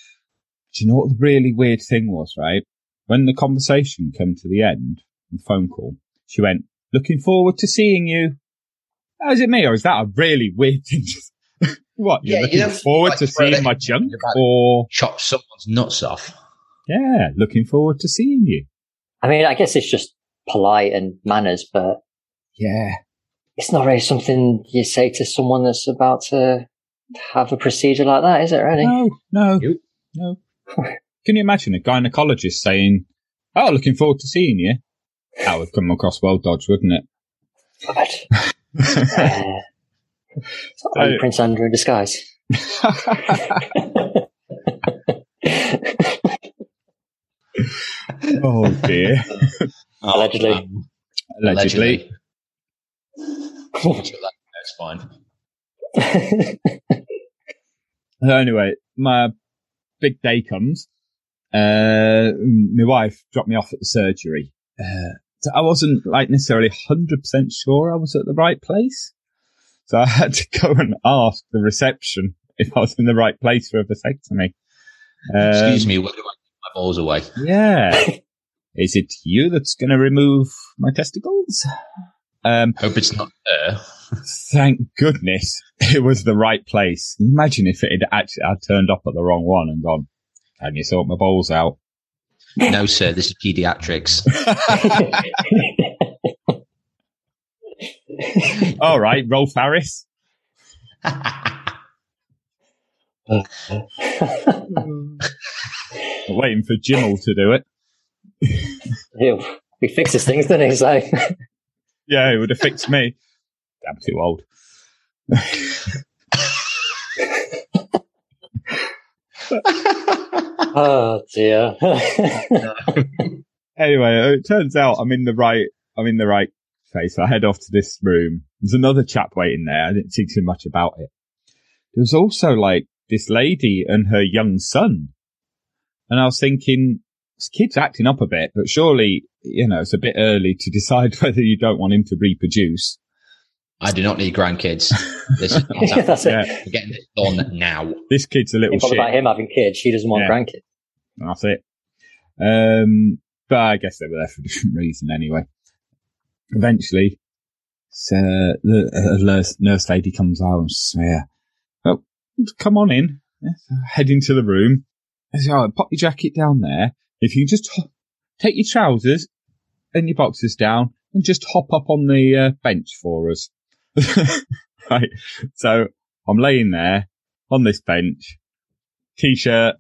[SPEAKER 2] Do you know what the really weird thing was, right? When the conversation came to the end, the phone call, she went, looking forward to seeing you. Oh, is it me or is that a really weird *laughs* thing? to- what, you're
[SPEAKER 1] Yeah, you
[SPEAKER 2] looking
[SPEAKER 1] don't
[SPEAKER 2] forward
[SPEAKER 1] like
[SPEAKER 2] to
[SPEAKER 1] to throw that
[SPEAKER 2] seeing my
[SPEAKER 1] in
[SPEAKER 2] junk
[SPEAKER 1] your back.
[SPEAKER 2] or,
[SPEAKER 1] Chop someone's nuts off.
[SPEAKER 2] yeah, looking forward to seeing you.
[SPEAKER 3] I mean, I guess it's just polite and manners, but
[SPEAKER 2] Yeah.
[SPEAKER 3] it's not really something you say to someone that's about to have a procedure like that, is it really?
[SPEAKER 2] No, no,
[SPEAKER 1] Nope.
[SPEAKER 2] no. *laughs* Can you imagine a gynecologist saying, oh, looking forward to seeing you? That would come across well dodged, wouldn't it?
[SPEAKER 1] *laughs*
[SPEAKER 2] *laughs*
[SPEAKER 3] God. Uh, it's like
[SPEAKER 2] So-
[SPEAKER 3] Prince Andrew in disguise.
[SPEAKER 2] Oh dear. Oh,
[SPEAKER 3] Allegedly.
[SPEAKER 1] um,
[SPEAKER 2] Allegedly. Uh,
[SPEAKER 1] That's fine.
[SPEAKER 2] anyway, my big day comes. Uh, my wife dropped me off at the surgery. Uh, so I wasn't like necessarily 100% sure I was at the right place. So *laughs* I had to go and ask the reception if I was in the right place for a vasectomy.
[SPEAKER 1] Excuse
[SPEAKER 2] Um,
[SPEAKER 1] me, where do I keep my balls away?
[SPEAKER 2] Yeah. Is it you that's going to remove my testicles? Um,
[SPEAKER 1] Hope it's not there.
[SPEAKER 2] Thank goodness *laughs* it was the right place. Can you Imagine if it had actually I'd turned up at the wrong one and gone, can you sort my balls out?
[SPEAKER 1] No, sir, this is pediatrics.
[SPEAKER 2] All right, roll Farris. waiting for Jimmel to do it.
[SPEAKER 3] Ew. He fixes things, doesn't he? So
[SPEAKER 2] Yeah, it would have fixed me. I'm too old.
[SPEAKER 3] *laughs* oh dear. *laughs*
[SPEAKER 2] Oh, anyway, uh, it turns out I'm in the right. I'm in the right place. I head off to this room. There's another chap waiting there. I didn't see too much about it. There was also like this lady and her young son, and I was thinking this kid's acting up a bit, but surely you know it's a bit early to decide *laughs* whether you don't want him to reproduce.
[SPEAKER 1] I do not need grandkids. This is not happening.
[SPEAKER 3] That's it.
[SPEAKER 1] We're getting this done now.
[SPEAKER 2] This kid's a little
[SPEAKER 3] It's all
[SPEAKER 2] shit.
[SPEAKER 3] about him having kids. She doesn't want
[SPEAKER 2] Yeah.
[SPEAKER 3] grandkids.
[SPEAKER 2] That's it. Um, but I guess they were there for a *laughs* different reason anyway. Eventually, so the a nurse, nurse lady comes out and says, yeah, well, come on in. Yeah, so I head into the room. I say, oh, pop your jacket down there. If you just hop, take your trousers and your boxers down and just hop up on the uh, bench for us. *laughs* right. So I'm laying there on this bench, t-shirt,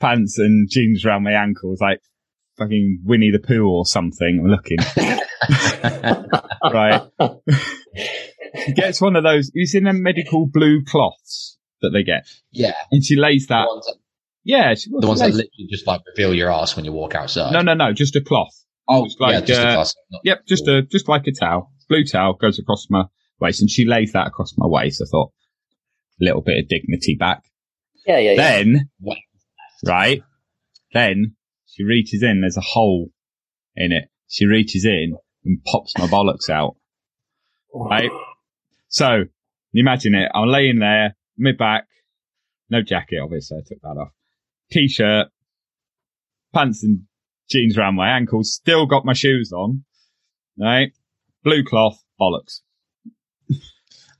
[SPEAKER 2] pants and jeans around my ankles, like fucking Winnie the Pooh or something. I'm looking. right. she gets one of those. You seen them medical blue cloths that they get?
[SPEAKER 1] Yeah.
[SPEAKER 2] And she lays that.
[SPEAKER 1] the ones, that,
[SPEAKER 2] yeah. She,
[SPEAKER 1] the ones
[SPEAKER 2] she
[SPEAKER 1] that
[SPEAKER 2] lays-
[SPEAKER 1] literally just like reveal your ass when you walk outside.
[SPEAKER 2] no, no, no. Just a cloth.
[SPEAKER 1] Oh,
[SPEAKER 2] It's like,
[SPEAKER 1] yeah, just
[SPEAKER 2] uh,
[SPEAKER 1] a classic. Not-
[SPEAKER 2] Yep, just a just like a towel, blue towel goes across my waist, and she lays that across my waist. I thought, a little bit of dignity back.
[SPEAKER 3] Yeah, yeah, yeah.
[SPEAKER 2] Then,
[SPEAKER 1] Wow.
[SPEAKER 2] right? Then she reaches in. There's a hole in it. She reaches in and pops my bollocks out. Right? So, you imagine it. I'm laying there, mid back, no jacket, obviously. I took that off. T shirt, pants and jeans around my ankles, still got my shoes on. Right? Blue cloth, bollocks.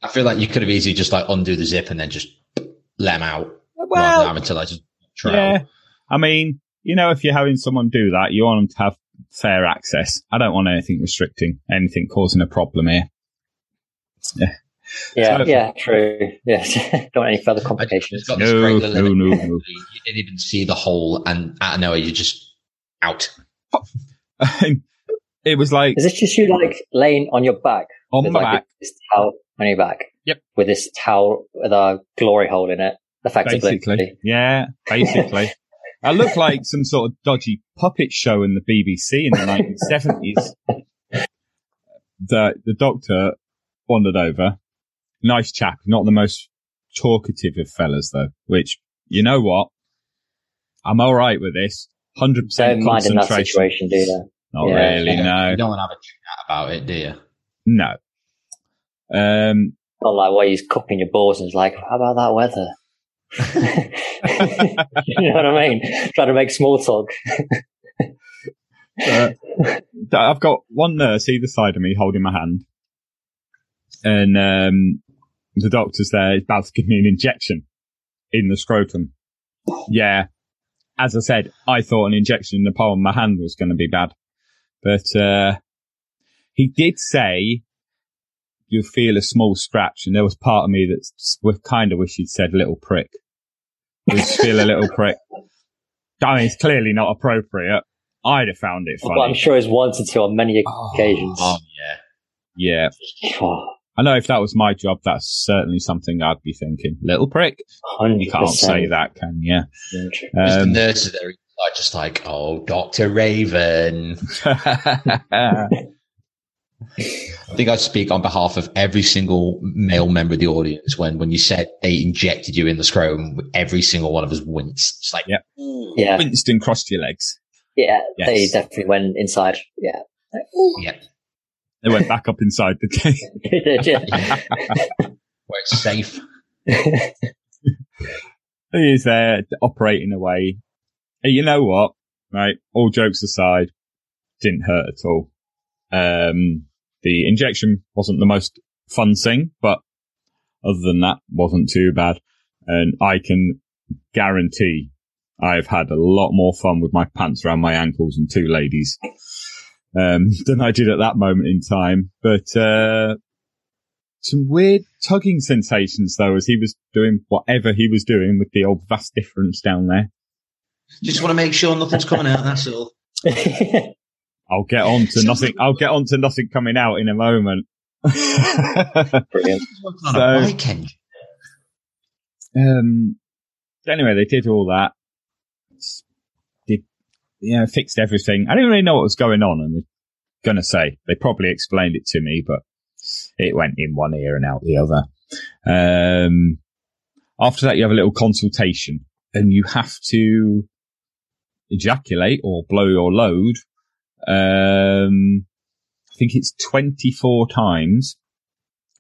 [SPEAKER 1] I feel like you could have easily just like undo the zip and then just lem out. rather than having to like just try.
[SPEAKER 2] Yeah. I mean, you know, if you're having someone do that, you want them to have fair access. I don't want anything restricting, anything causing a problem here.
[SPEAKER 3] yeah,
[SPEAKER 2] so-
[SPEAKER 3] yeah, true. *laughs* Yes. Don't want any further
[SPEAKER 1] I just
[SPEAKER 3] complications.
[SPEAKER 1] got this
[SPEAKER 2] No,
[SPEAKER 1] regular
[SPEAKER 2] no,
[SPEAKER 1] lemon.
[SPEAKER 2] no, no.
[SPEAKER 1] You didn't even see the hole, and out of nowhere, you're just out.
[SPEAKER 2] *laughs* it was like
[SPEAKER 3] Is this just you like laying on your back?
[SPEAKER 2] on
[SPEAKER 3] With,
[SPEAKER 2] my
[SPEAKER 3] like,
[SPEAKER 2] back,
[SPEAKER 3] This towel on your back.
[SPEAKER 2] Yep.
[SPEAKER 3] With this towel with a glory hole in it, effectively.
[SPEAKER 2] basically. Yeah,
[SPEAKER 3] *laughs*
[SPEAKER 2] basically. I look like some sort of dodgy puppet show in the BBC in the 1970s. The, the doctor wandered over. Nice chap, not the most talkative of fellas though, which, you know what? I'm all right with this. 100%
[SPEAKER 3] Don't mind in that
[SPEAKER 2] concentration.
[SPEAKER 3] situation, do you?
[SPEAKER 2] Not
[SPEAKER 3] Yeah.
[SPEAKER 2] really, no.
[SPEAKER 3] *laughs*
[SPEAKER 1] You don't want to have a chat about it, do you?
[SPEAKER 2] No. Um,
[SPEAKER 3] Not like where he's cupping your balls and it's like, how about that weather? *laughs* you know what I mean? Trying to make small talk.
[SPEAKER 2] but I've got one nurse either side of me holding my hand, and um, the doctor's there is about to give me an injection in the scrotum. Yeah, as I said, I thought an injection in the palm of my hand was going to be bad, but uh, he did say you'll feel a small scratch, and there was part of me that s- was kind of wish he'd said little prick. You feel a little prick. I mean, it's clearly not appropriate. I'd have found it funny.
[SPEAKER 3] But I'm sure he's wanted to on many occasions.
[SPEAKER 2] Um,
[SPEAKER 1] Oh, yeah.
[SPEAKER 2] Yeah. I know if that was my job, that's certainly something I'd be thinking. Little prick. You can't say that, can you?
[SPEAKER 1] Just the
[SPEAKER 2] Um,
[SPEAKER 1] nurses there, like just like oh, Doctor Raven.
[SPEAKER 2] Um,
[SPEAKER 1] I think I speak on behalf of every single male member of the audience when when you said they injected you in the scrotum. Every single one of us winced. It's like
[SPEAKER 2] *laughs*
[SPEAKER 3] Yeah.
[SPEAKER 2] Winston crossed your legs.
[SPEAKER 3] Yeah, they
[SPEAKER 2] Yes.
[SPEAKER 3] definitely went inside.
[SPEAKER 2] *laughs*
[SPEAKER 3] Yeah. *laughs* Like, ooh.
[SPEAKER 2] They went back up inside the *laughs* game.
[SPEAKER 1] where it's safe.
[SPEAKER 2] he is there operating away. Hey, you know what? Right, all jokes aside, didn't hurt at all. Um, the injection wasn't the most fun thing, but other than that, wasn't too bad. And I can guarantee I've had a lot more fun with my pants around my ankles and two ladies um, *laughs* than I did at that moment in time. But uh, some weird tugging sensations though as he was doing whatever he was doing with the old vast difference down there.
[SPEAKER 1] Just want to make sure nothing's coming out. That's all.
[SPEAKER 2] I'll get on to nothing. I'll get on to nothing coming out in a moment.
[SPEAKER 3] Brilliant.
[SPEAKER 1] Working on a
[SPEAKER 2] *laughs* So-
[SPEAKER 1] bike engine.
[SPEAKER 2] Um, anyway, they did all that. S- Did you know, fixed everything. I didn't really know what was going on, and they're gonna say they probably explained it to me, but it went in one ear and out the other. Um, after that, you have a little consultation, and you have to ejaculate or blow your load. Um, I think it's twenty-four times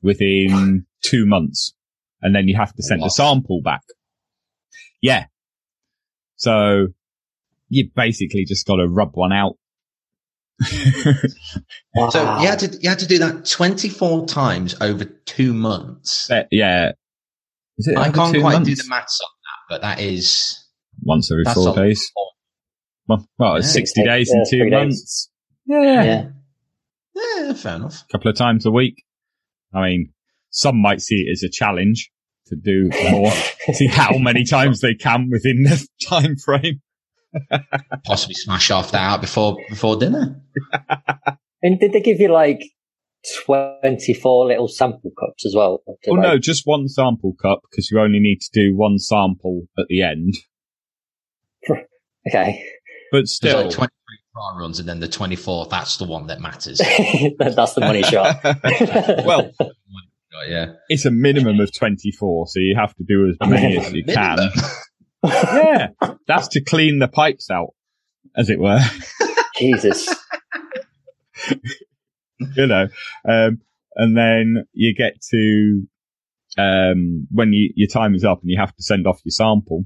[SPEAKER 2] within two months and then you have to send
[SPEAKER 1] Wow.
[SPEAKER 2] the sample back. Yeah. So you basically just got to rub one out. *laughs*
[SPEAKER 1] So
[SPEAKER 3] Wow.
[SPEAKER 1] you had to you had to do that twenty four times over two months.
[SPEAKER 2] But Uh, yeah. Is it
[SPEAKER 1] I
[SPEAKER 2] over
[SPEAKER 1] can't
[SPEAKER 2] two
[SPEAKER 1] quite do
[SPEAKER 2] months?
[SPEAKER 1] the maths on that, but that is
[SPEAKER 2] Once every
[SPEAKER 1] that's
[SPEAKER 2] four
[SPEAKER 1] a
[SPEAKER 2] days.
[SPEAKER 1] lot.
[SPEAKER 2] Well, well it's
[SPEAKER 1] Yeah.
[SPEAKER 2] 60 days
[SPEAKER 3] Yeah,
[SPEAKER 2] and two
[SPEAKER 3] three days.
[SPEAKER 2] months. Yeah.
[SPEAKER 3] Yeah.
[SPEAKER 1] Yeah, fair enough.
[SPEAKER 2] A couple of times a week. I mean, some might see it as a challenge to do
[SPEAKER 1] *laughs*
[SPEAKER 2] more, see how many times they can within the *laughs* time frame.
[SPEAKER 1] Possibly smash off that out before before dinner.
[SPEAKER 3] And did they give you like 24 little sample cups as well? To,
[SPEAKER 2] Oh no,
[SPEAKER 3] like-
[SPEAKER 2] just one sample cup because you only need to do one sample at the end.
[SPEAKER 3] Okay. *laughs*
[SPEAKER 2] But
[SPEAKER 1] There's
[SPEAKER 2] still,
[SPEAKER 1] like twenty *laughs* three trial runs, and then the twenty four. That's the one that matters.
[SPEAKER 3] That- That's the money shot.
[SPEAKER 2] *laughs* *laughs* well,
[SPEAKER 1] Right, yeah,
[SPEAKER 2] it's a minimum of 24, so you have to do as many as you can.
[SPEAKER 1] Minimum.
[SPEAKER 2] Yeah, that's to clean the pipes out, as it were, *laughs*
[SPEAKER 3] Jesus.
[SPEAKER 2] you know. Um, and then you get to, um, when you, your time is up and you have to send off your sample,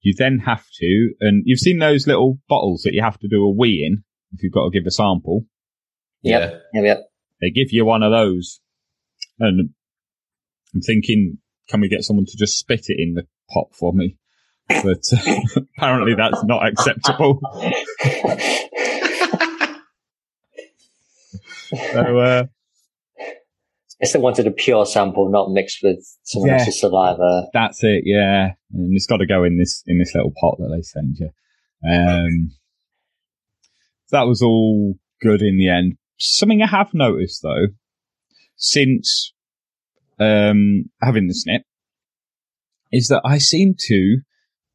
[SPEAKER 2] you then have to, and you've seen those little bottles that you have to do a wee in if you've got to give a sample.
[SPEAKER 3] Yep. Yep.
[SPEAKER 2] *laughs*
[SPEAKER 3] yep.
[SPEAKER 2] they give you one of those. And I'm thinking, can we get someone to just spit it in the pot for me? But *laughs* apparently that's not acceptable. So, uh,
[SPEAKER 3] I still wanted a pure sample, not mixed with someone
[SPEAKER 2] Yeah.
[SPEAKER 3] else's saliva.
[SPEAKER 2] that's it. Yeah. And it's got to go in this, in this little pot that they send you. Um, that was all good in the end. Something I have noticed though, since, um, having the snip is that I seem to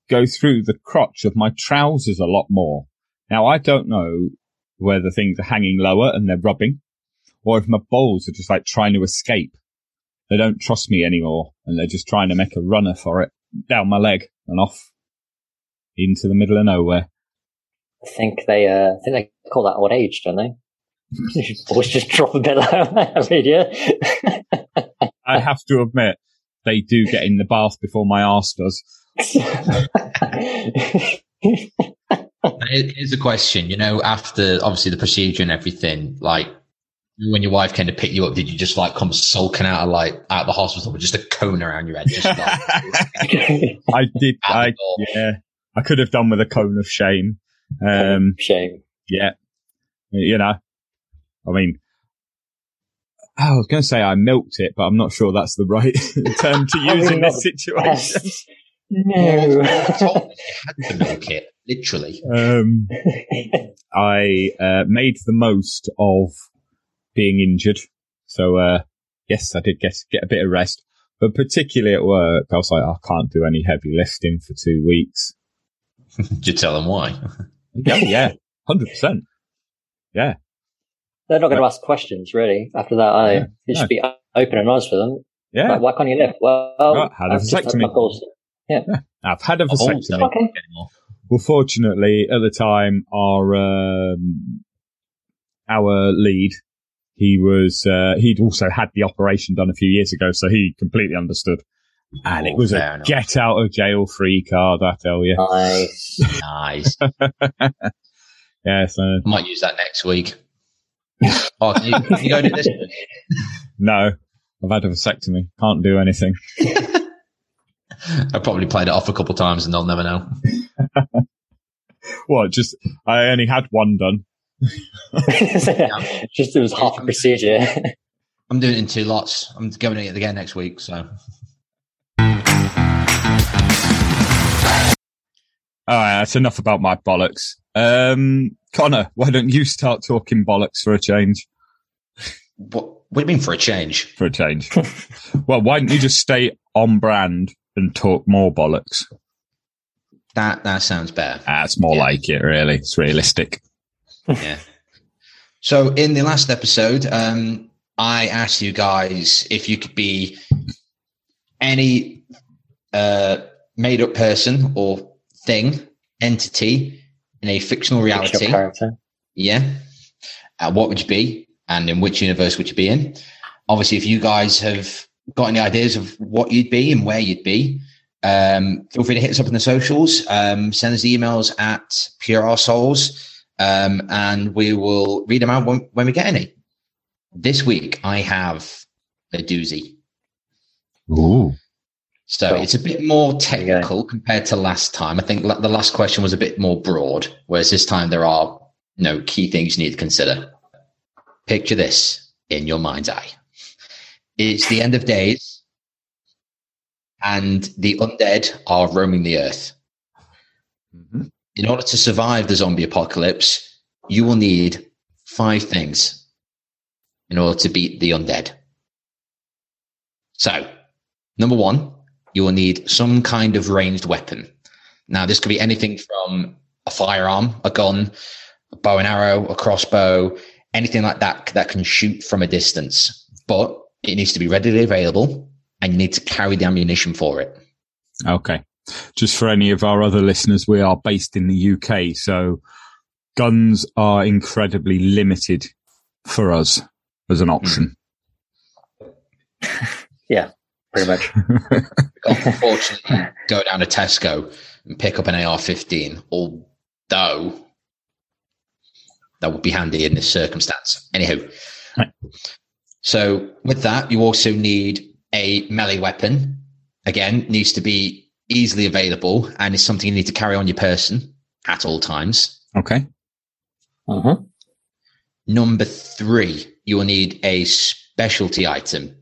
[SPEAKER 2] go through the crotch of my trousers a lot more. Now I don't know whether things are hanging lower and they're rubbing or if my balls are just like trying to escape. They don't trust me anymore and they're just trying to make a runner for it down my leg and off into the middle of nowhere.
[SPEAKER 3] I think they, uh, I think they call that old age,
[SPEAKER 2] *laughs*
[SPEAKER 3] don't they? You Always just drop a bit like every year.
[SPEAKER 2] I have to admit, they do get in the bath before my arse does.
[SPEAKER 1] Here- Here's a question. You know, after obviously the procedure and everything, like when your wife came to pick you up, did you just like come sulking out of like out of the hospital with just a cone around your head?
[SPEAKER 2] *laughs*
[SPEAKER 1] Just like,
[SPEAKER 2] I did.
[SPEAKER 1] Out the
[SPEAKER 2] I
[SPEAKER 1] door.
[SPEAKER 2] yeah. I could have done with a cone of shame. *laughs* Um,
[SPEAKER 3] *laughs* Shame.
[SPEAKER 2] yeah, you know. I mean, I was going to say I milked it, but I'm not sure that's the right *laughs* term to use in this situation.
[SPEAKER 3] Yes. *laughs* No.
[SPEAKER 1] had to milk it, literally.
[SPEAKER 2] Um,
[SPEAKER 3] *laughs*
[SPEAKER 2] I uh, made the most of being injured. So, uh, yes, I did get, get a bit of rest, "Oh,
[SPEAKER 1] *laughs*
[SPEAKER 2] but particularly at work, I was like, I can't do any heavy lifting for two weeks.
[SPEAKER 1] you tell them why. Oh,
[SPEAKER 2] Yeah, yeah, hundred percent. Yeah,
[SPEAKER 3] They're not going to ask questions, really. After that, I
[SPEAKER 2] Yeah,
[SPEAKER 3] you
[SPEAKER 2] no.
[SPEAKER 3] should be open and honest with them.
[SPEAKER 2] Yeah.
[SPEAKER 3] Like, why can't you live? Well,
[SPEAKER 2] Right, had a
[SPEAKER 3] I've just had
[SPEAKER 2] vasectomy.
[SPEAKER 3] my balls- Yeah.
[SPEAKER 2] I've had a
[SPEAKER 3] Oh,
[SPEAKER 2] vasectomy.
[SPEAKER 3] okay.
[SPEAKER 2] Well, fortunately, at the time, our um, our lead, he was uh, he'd also had the operation done a few years ago, so he completely understood. And it
[SPEAKER 1] Oh,
[SPEAKER 2] was
[SPEAKER 1] fair
[SPEAKER 2] a
[SPEAKER 1] enough.
[SPEAKER 2] get out of jail free card, I tell you.
[SPEAKER 3] Nice. *laughs*
[SPEAKER 1] nice.
[SPEAKER 2] yeah, so
[SPEAKER 1] I might use that next week. oh, can you, can you go do this?
[SPEAKER 2] no, I've had a vasectomy. Can't do anything. *laughs*
[SPEAKER 1] I probably played it off a couple times and they'll never know.
[SPEAKER 2] Well, just I only had one done.
[SPEAKER 3] Just it was half a procedure. *laughs*
[SPEAKER 1] I'm doing it in two lots. I'm going to it again next week. So
[SPEAKER 2] All right, that's enough about my bollocks. Um, Connor, why don't you start talking bollocks for a change?
[SPEAKER 1] What, what do you mean for a change?
[SPEAKER 2] For a change. well, why don't you just stay on brand and talk more bollocks?
[SPEAKER 1] that that sounds better.
[SPEAKER 2] That's more like it, really. It's realistic.
[SPEAKER 1] yeah. So in the last episode, um, I asked you guys if you could be any uh, made up person or thing, entity in a fictional reality.
[SPEAKER 3] Fictional character.
[SPEAKER 1] Yeah. Uh, what would you be? And in which universe would you be in? Obviously, if you guys have got any ideas of what you'd be and where you'd be, um, feel free to hit us up in the socials. Um, send us emails at Pure Our Souls, um, and we will read them out when, when we get any. This week, I have a doozy.
[SPEAKER 2] Ooh.
[SPEAKER 1] So
[SPEAKER 3] Cool.
[SPEAKER 1] it's a bit more technical compared to last time. I think la- the last question was a bit more broad, whereas this time there are you know, key things you need to consider. Picture this in your mind's eye. It's the end of days, and the undead are roaming the earth. In order to survive the zombie apocalypse, you will need five things in order to beat the undead. So, number one, you will need some kind of ranged weapon. Now, this could be anything from a firearm, a gun, a bow and arrow, a crossbow, anything like that that can shoot from a distance. But it needs to be readily available and you need to carry the ammunition for it.
[SPEAKER 2] Okay. Just for any of our other listeners, we are based in the UK, so guns are incredibly limited for us as an option.
[SPEAKER 3] Yeah, pretty much.
[SPEAKER 1] We can't, Unfortunately, go down to Tesco and pick up an AR 15, although that would be handy in this circumstance. Anywho,
[SPEAKER 2] Right.
[SPEAKER 1] so with that, you also need a melee weapon. Again, needs to be easily available and is something you need to carry on your person at all times.
[SPEAKER 2] Okay. Mm-hmm.
[SPEAKER 3] Mhm.
[SPEAKER 1] Number three, you will need a specialty item.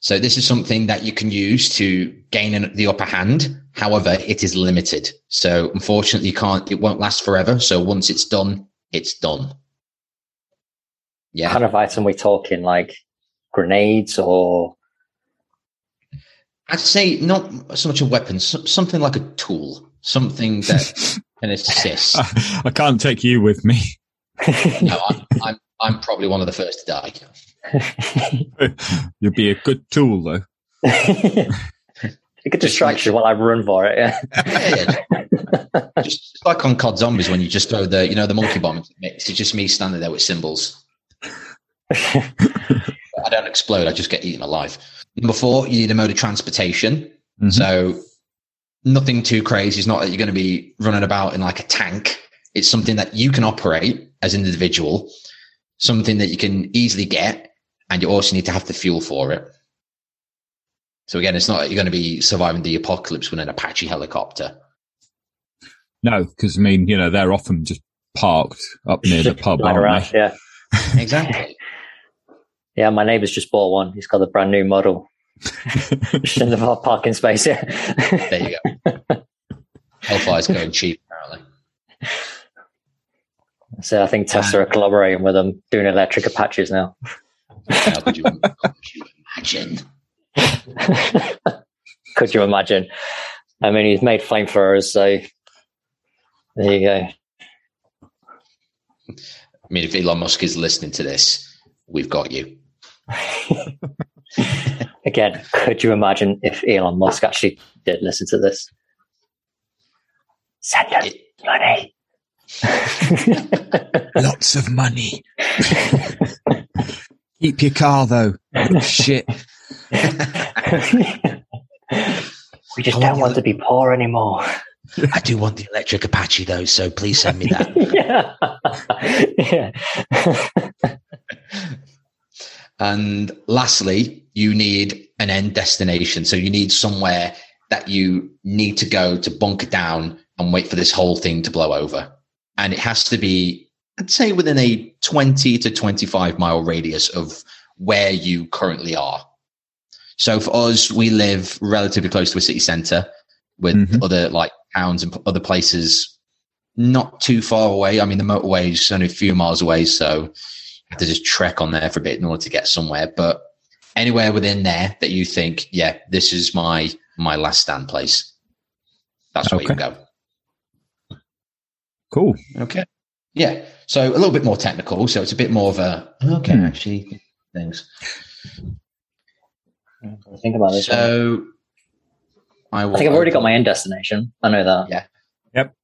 [SPEAKER 1] So this is something that you can use to gain an- the upper hand. However, it is limited. So unfortunately, you can't. It won't last forever. So once it's done, it's done.
[SPEAKER 3] What
[SPEAKER 1] Yeah,
[SPEAKER 3] kind of item we talking? Like grenades or *laughs*
[SPEAKER 1] I'd say not so much a weapon, so- something like a tool, something that can
[SPEAKER 2] *laughs*
[SPEAKER 1] assist.
[SPEAKER 2] *laughs* I can't take you with me.
[SPEAKER 1] No, I'm, I'm, I'm probably one of the first to die.
[SPEAKER 2] You'd be a good tool, though.
[SPEAKER 3] it could distract you while I run for it. Yeah.
[SPEAKER 1] Yeah, yeah. just it's like on COD Zombies when you just throw the you know the multi bomb into the mix. It's just me standing there with symbols. I don't explode. I just get eaten alive. Number four, you need a mode of transportation.
[SPEAKER 2] Mhm.
[SPEAKER 1] So nothing too crazy. It's not that you're going to be running about in like a tank. It's something that you can operate as an individual. Something that you can easily get, and you also need to have the fuel for it. So again, it's not that you're going to be surviving the apocalypse with an Apache helicopter.
[SPEAKER 2] No, because I mean, you know, they're often just parked up near *laughs* the
[SPEAKER 3] *laughs*
[SPEAKER 2] pub,
[SPEAKER 3] Lying
[SPEAKER 2] aren't
[SPEAKER 3] around,
[SPEAKER 2] they?
[SPEAKER 3] yeah.
[SPEAKER 1] *laughs* Exactly.
[SPEAKER 3] Yeah, my neighbour's just bought one. He's got the brand new
[SPEAKER 2] *laughs*
[SPEAKER 3] model. *laughs* Just in the par- parking space, yeah.
[SPEAKER 1] there you go. Hellfire's going cheap, apparently.
[SPEAKER 3] so I think Tesla are collaborating with them, doing electric Apaches now. *laughs*
[SPEAKER 1] How could you, how could you imagine?
[SPEAKER 3] Could you imagine? I mean, he's made flamethrowers, so There you go.
[SPEAKER 1] I mean, if Elon Musk is listening to this, we've got you.
[SPEAKER 3] Again, could you imagine if Elon Musk actually did listen to this? Send them money. *laughs*
[SPEAKER 7] Lots of money. Keep your car
[SPEAKER 2] *laughs*
[SPEAKER 7] though. Shit.
[SPEAKER 3] We just don't want to be poor anymore. *laughs*
[SPEAKER 1] I do want the electric Apache though, so please send me that.
[SPEAKER 3] yeah. yeah.
[SPEAKER 1] *laughs*
[SPEAKER 3] *laughs*
[SPEAKER 1] And lastly, you need an end destination. So you need somewhere that you need to go to bunker down and wait for this whole thing to blow over. And it has to be, I'd say, within a 20 to 25 mile radius of where you currently are. So for us, we live relatively close to a city centre with other like towns and p- other places not too far away. I mean, the motorway is only a few miles away. So had to just trek on there for a bit in order to get somewhere. But anywhere within there that you think, yeah, this is my my last stand place. That's where you
[SPEAKER 2] Okay.
[SPEAKER 1] go.
[SPEAKER 2] Cool.
[SPEAKER 1] Okay. Yeah. So a little bit more technical. So it's a bit more of a okay,
[SPEAKER 2] Hmm.
[SPEAKER 1] actually things.
[SPEAKER 3] Think about this. one.
[SPEAKER 1] So I,
[SPEAKER 3] I think I've already got my end destination. I know that.
[SPEAKER 1] Yeah.
[SPEAKER 2] Yep.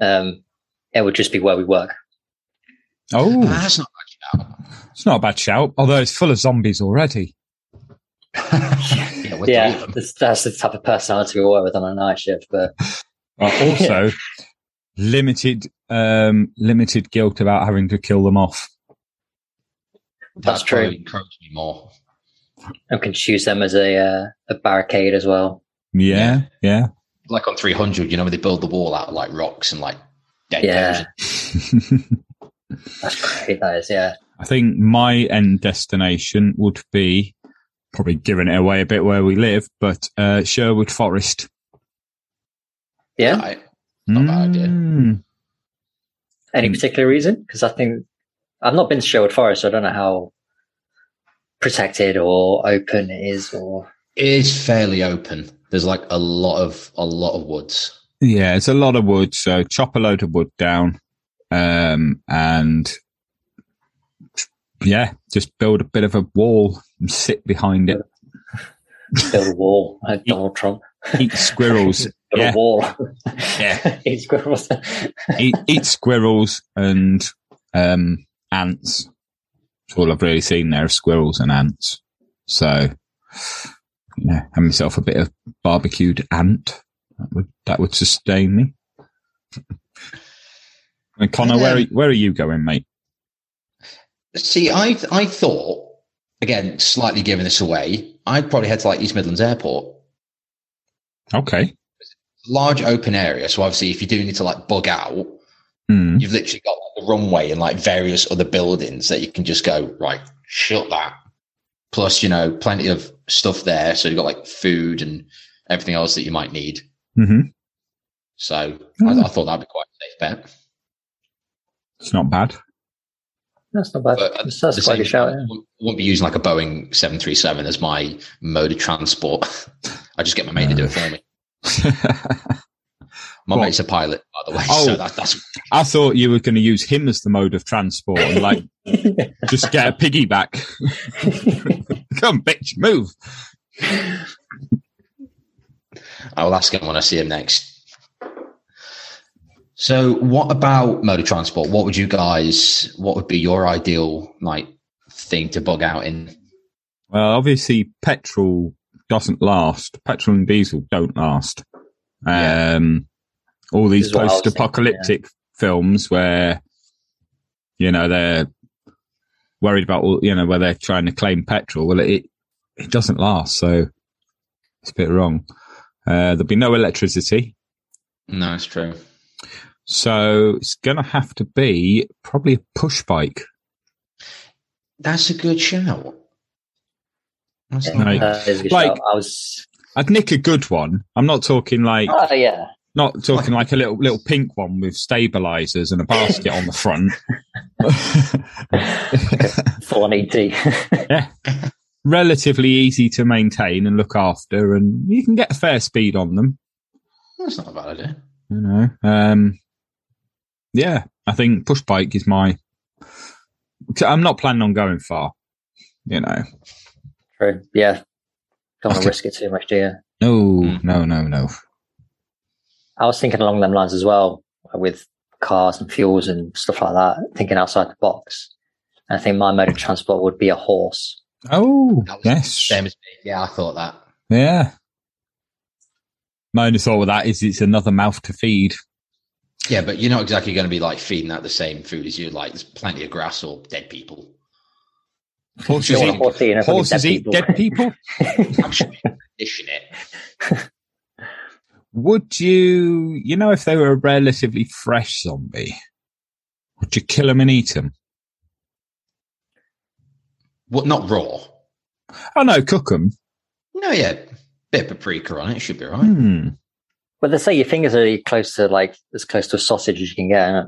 [SPEAKER 3] Um, it would just be where we work.
[SPEAKER 2] Oh,
[SPEAKER 1] Ah, that's not
[SPEAKER 2] it's not a bad shout, although it's full of zombies already.
[SPEAKER 1] yeah, we're three of
[SPEAKER 3] yeah,
[SPEAKER 1] them.
[SPEAKER 3] that's, that's the type of personality we work with on a night shift. But
[SPEAKER 2] *laughs* But also, limited um, limited guilt about having to kill them off.
[SPEAKER 1] That's
[SPEAKER 3] That's true.
[SPEAKER 1] probably encouraged me more.
[SPEAKER 3] I can choose them as a uh, a barricade as well.
[SPEAKER 2] Yeah, yeah.
[SPEAKER 1] Like on three hundred, you know, when they build the wall out of like rocks and like dead
[SPEAKER 3] Yeah.
[SPEAKER 1] cows.
[SPEAKER 3] That's great. That is. Yeah.
[SPEAKER 2] *laughs* I think my end destination would be probably giving it away a bit where we live, but uh, Sherwood Forest.
[SPEAKER 3] Yeah.
[SPEAKER 1] Right. Not a bad idea.
[SPEAKER 2] Mm.
[SPEAKER 3] Any
[SPEAKER 2] Mm.
[SPEAKER 3] particular reason? Because I think I've not been to Sherwood Forest, so I don't know how protected or open it is. Or
[SPEAKER 1] It is fairly open. There's like a lot of a lot of woods.
[SPEAKER 2] Yeah, it's a lot of wood, so chop a load of wood down, um, and yeah, just build a bit of a wall and sit behind it.
[SPEAKER 3] build
[SPEAKER 2] *laughs*
[SPEAKER 3] a wall. Like Donald Trump.
[SPEAKER 2] Eat squirrels.
[SPEAKER 3] Build
[SPEAKER 2] Yeah.
[SPEAKER 3] a wall. *laughs*
[SPEAKER 2] Yeah.
[SPEAKER 3] Eat squirrels.
[SPEAKER 2] eat, eat squirrels and um, ants. That's all I've really seen there of squirrels and ants. So, yeah, have myself a bit of barbecued ant. That would that would sustain me. And Connor, where are, where are you going, mate?
[SPEAKER 1] See, I I thought again, slightly giving this away, I'd probably head to like East Midlands Airport.
[SPEAKER 2] Okay.
[SPEAKER 1] Large open area, so obviously if you do need to like bug out,
[SPEAKER 2] Hmm.
[SPEAKER 1] you've literally got like, the runway and like various other buildings that you can just go right shut that plus you know plenty of stuff there so you've got like food and everything else that you might need
[SPEAKER 2] hmm
[SPEAKER 1] so
[SPEAKER 2] Mm.
[SPEAKER 3] Hmm.
[SPEAKER 1] I, I thought that'd be quite a safe bet
[SPEAKER 2] It's not bad. *laughs*
[SPEAKER 3] That's not bad.
[SPEAKER 1] but at
[SPEAKER 3] That's,
[SPEAKER 1] the
[SPEAKER 3] that's quite
[SPEAKER 1] same
[SPEAKER 3] a good shout.
[SPEAKER 1] time,
[SPEAKER 3] Yeah.
[SPEAKER 1] I wouldn't- wouldn't be using like a boeing 737 as my mode of transport *laughs* i just get my mate to do it for me my
[SPEAKER 2] Well-
[SPEAKER 1] mate's a pilot by the way
[SPEAKER 2] Oh.
[SPEAKER 1] so that, that's
[SPEAKER 2] I thought you were going to use him as the mode of transport and like just get a piggyback. Come, bitch, move.
[SPEAKER 1] I'll ask him when I see him next. So, what about mode of transport? What would you guys? What would be your ideal like thing to bug out in?
[SPEAKER 2] Well, obviously, petrol doesn't last. Petrol and diesel don't last.
[SPEAKER 1] Yeah.
[SPEAKER 2] Um, All these
[SPEAKER 3] is what I was thinking,
[SPEAKER 2] post-apocalyptic films where you know they're worried about all you know where they're trying to claim petrol. Well, it it doesn't last, so it's a bit wrong. Uh, there'll be no electricity,
[SPEAKER 1] No, it's true.
[SPEAKER 2] so it's going to have to be probably a push bike.
[SPEAKER 1] That's a good shout. That's
[SPEAKER 3] Yeah,
[SPEAKER 1] not
[SPEAKER 2] Like-
[SPEAKER 1] bad.
[SPEAKER 3] that is a good
[SPEAKER 2] like-
[SPEAKER 3] shout. I was.
[SPEAKER 2] I'd nick a good one. I'm not talking like
[SPEAKER 3] Oh yeah.
[SPEAKER 2] Not talking like a little little pink one with stabilizers and a basket on the *laughs* front.
[SPEAKER 3] Full on E ET.
[SPEAKER 2] Relatively easy to maintain and look after, and you can get a fair speed on them.
[SPEAKER 1] That's not a bad idea.
[SPEAKER 2] You know, um, yeah, I think push bike is my. I'm not planning on going far. You know,
[SPEAKER 3] *laughs* True. Yeah. Don't want
[SPEAKER 2] Okay.
[SPEAKER 3] to risk it too much, do you?
[SPEAKER 2] no, no, no, no.
[SPEAKER 3] I was thinking along them lines as well uh, with cars and fuels and stuff like that, thinking outside the box. I think my mode of transport would be a horse.
[SPEAKER 2] Oh, yes.
[SPEAKER 1] Same as me. Yeah, I thought that.
[SPEAKER 2] Yeah. My only thought with that is it's another mouth to feed.
[SPEAKER 1] Yeah, but you're not exactly going to be like feeding out the same food as you. Like, there's plenty of grass or dead people.
[SPEAKER 2] Horses
[SPEAKER 1] Sure.
[SPEAKER 2] eat, horses eat dead people.
[SPEAKER 1] I'm sure you condition it.
[SPEAKER 2] Would you, you know, if they were a relatively fresh zombie, would you kill them and eat them?
[SPEAKER 1] What? Not raw.
[SPEAKER 2] Oh no, cook them.
[SPEAKER 1] No, yeah, bit of paprika on it. Should be all right.
[SPEAKER 2] Hmm. *laughs*
[SPEAKER 3] But they say your fingers are close to like as close to a sausage as you can get.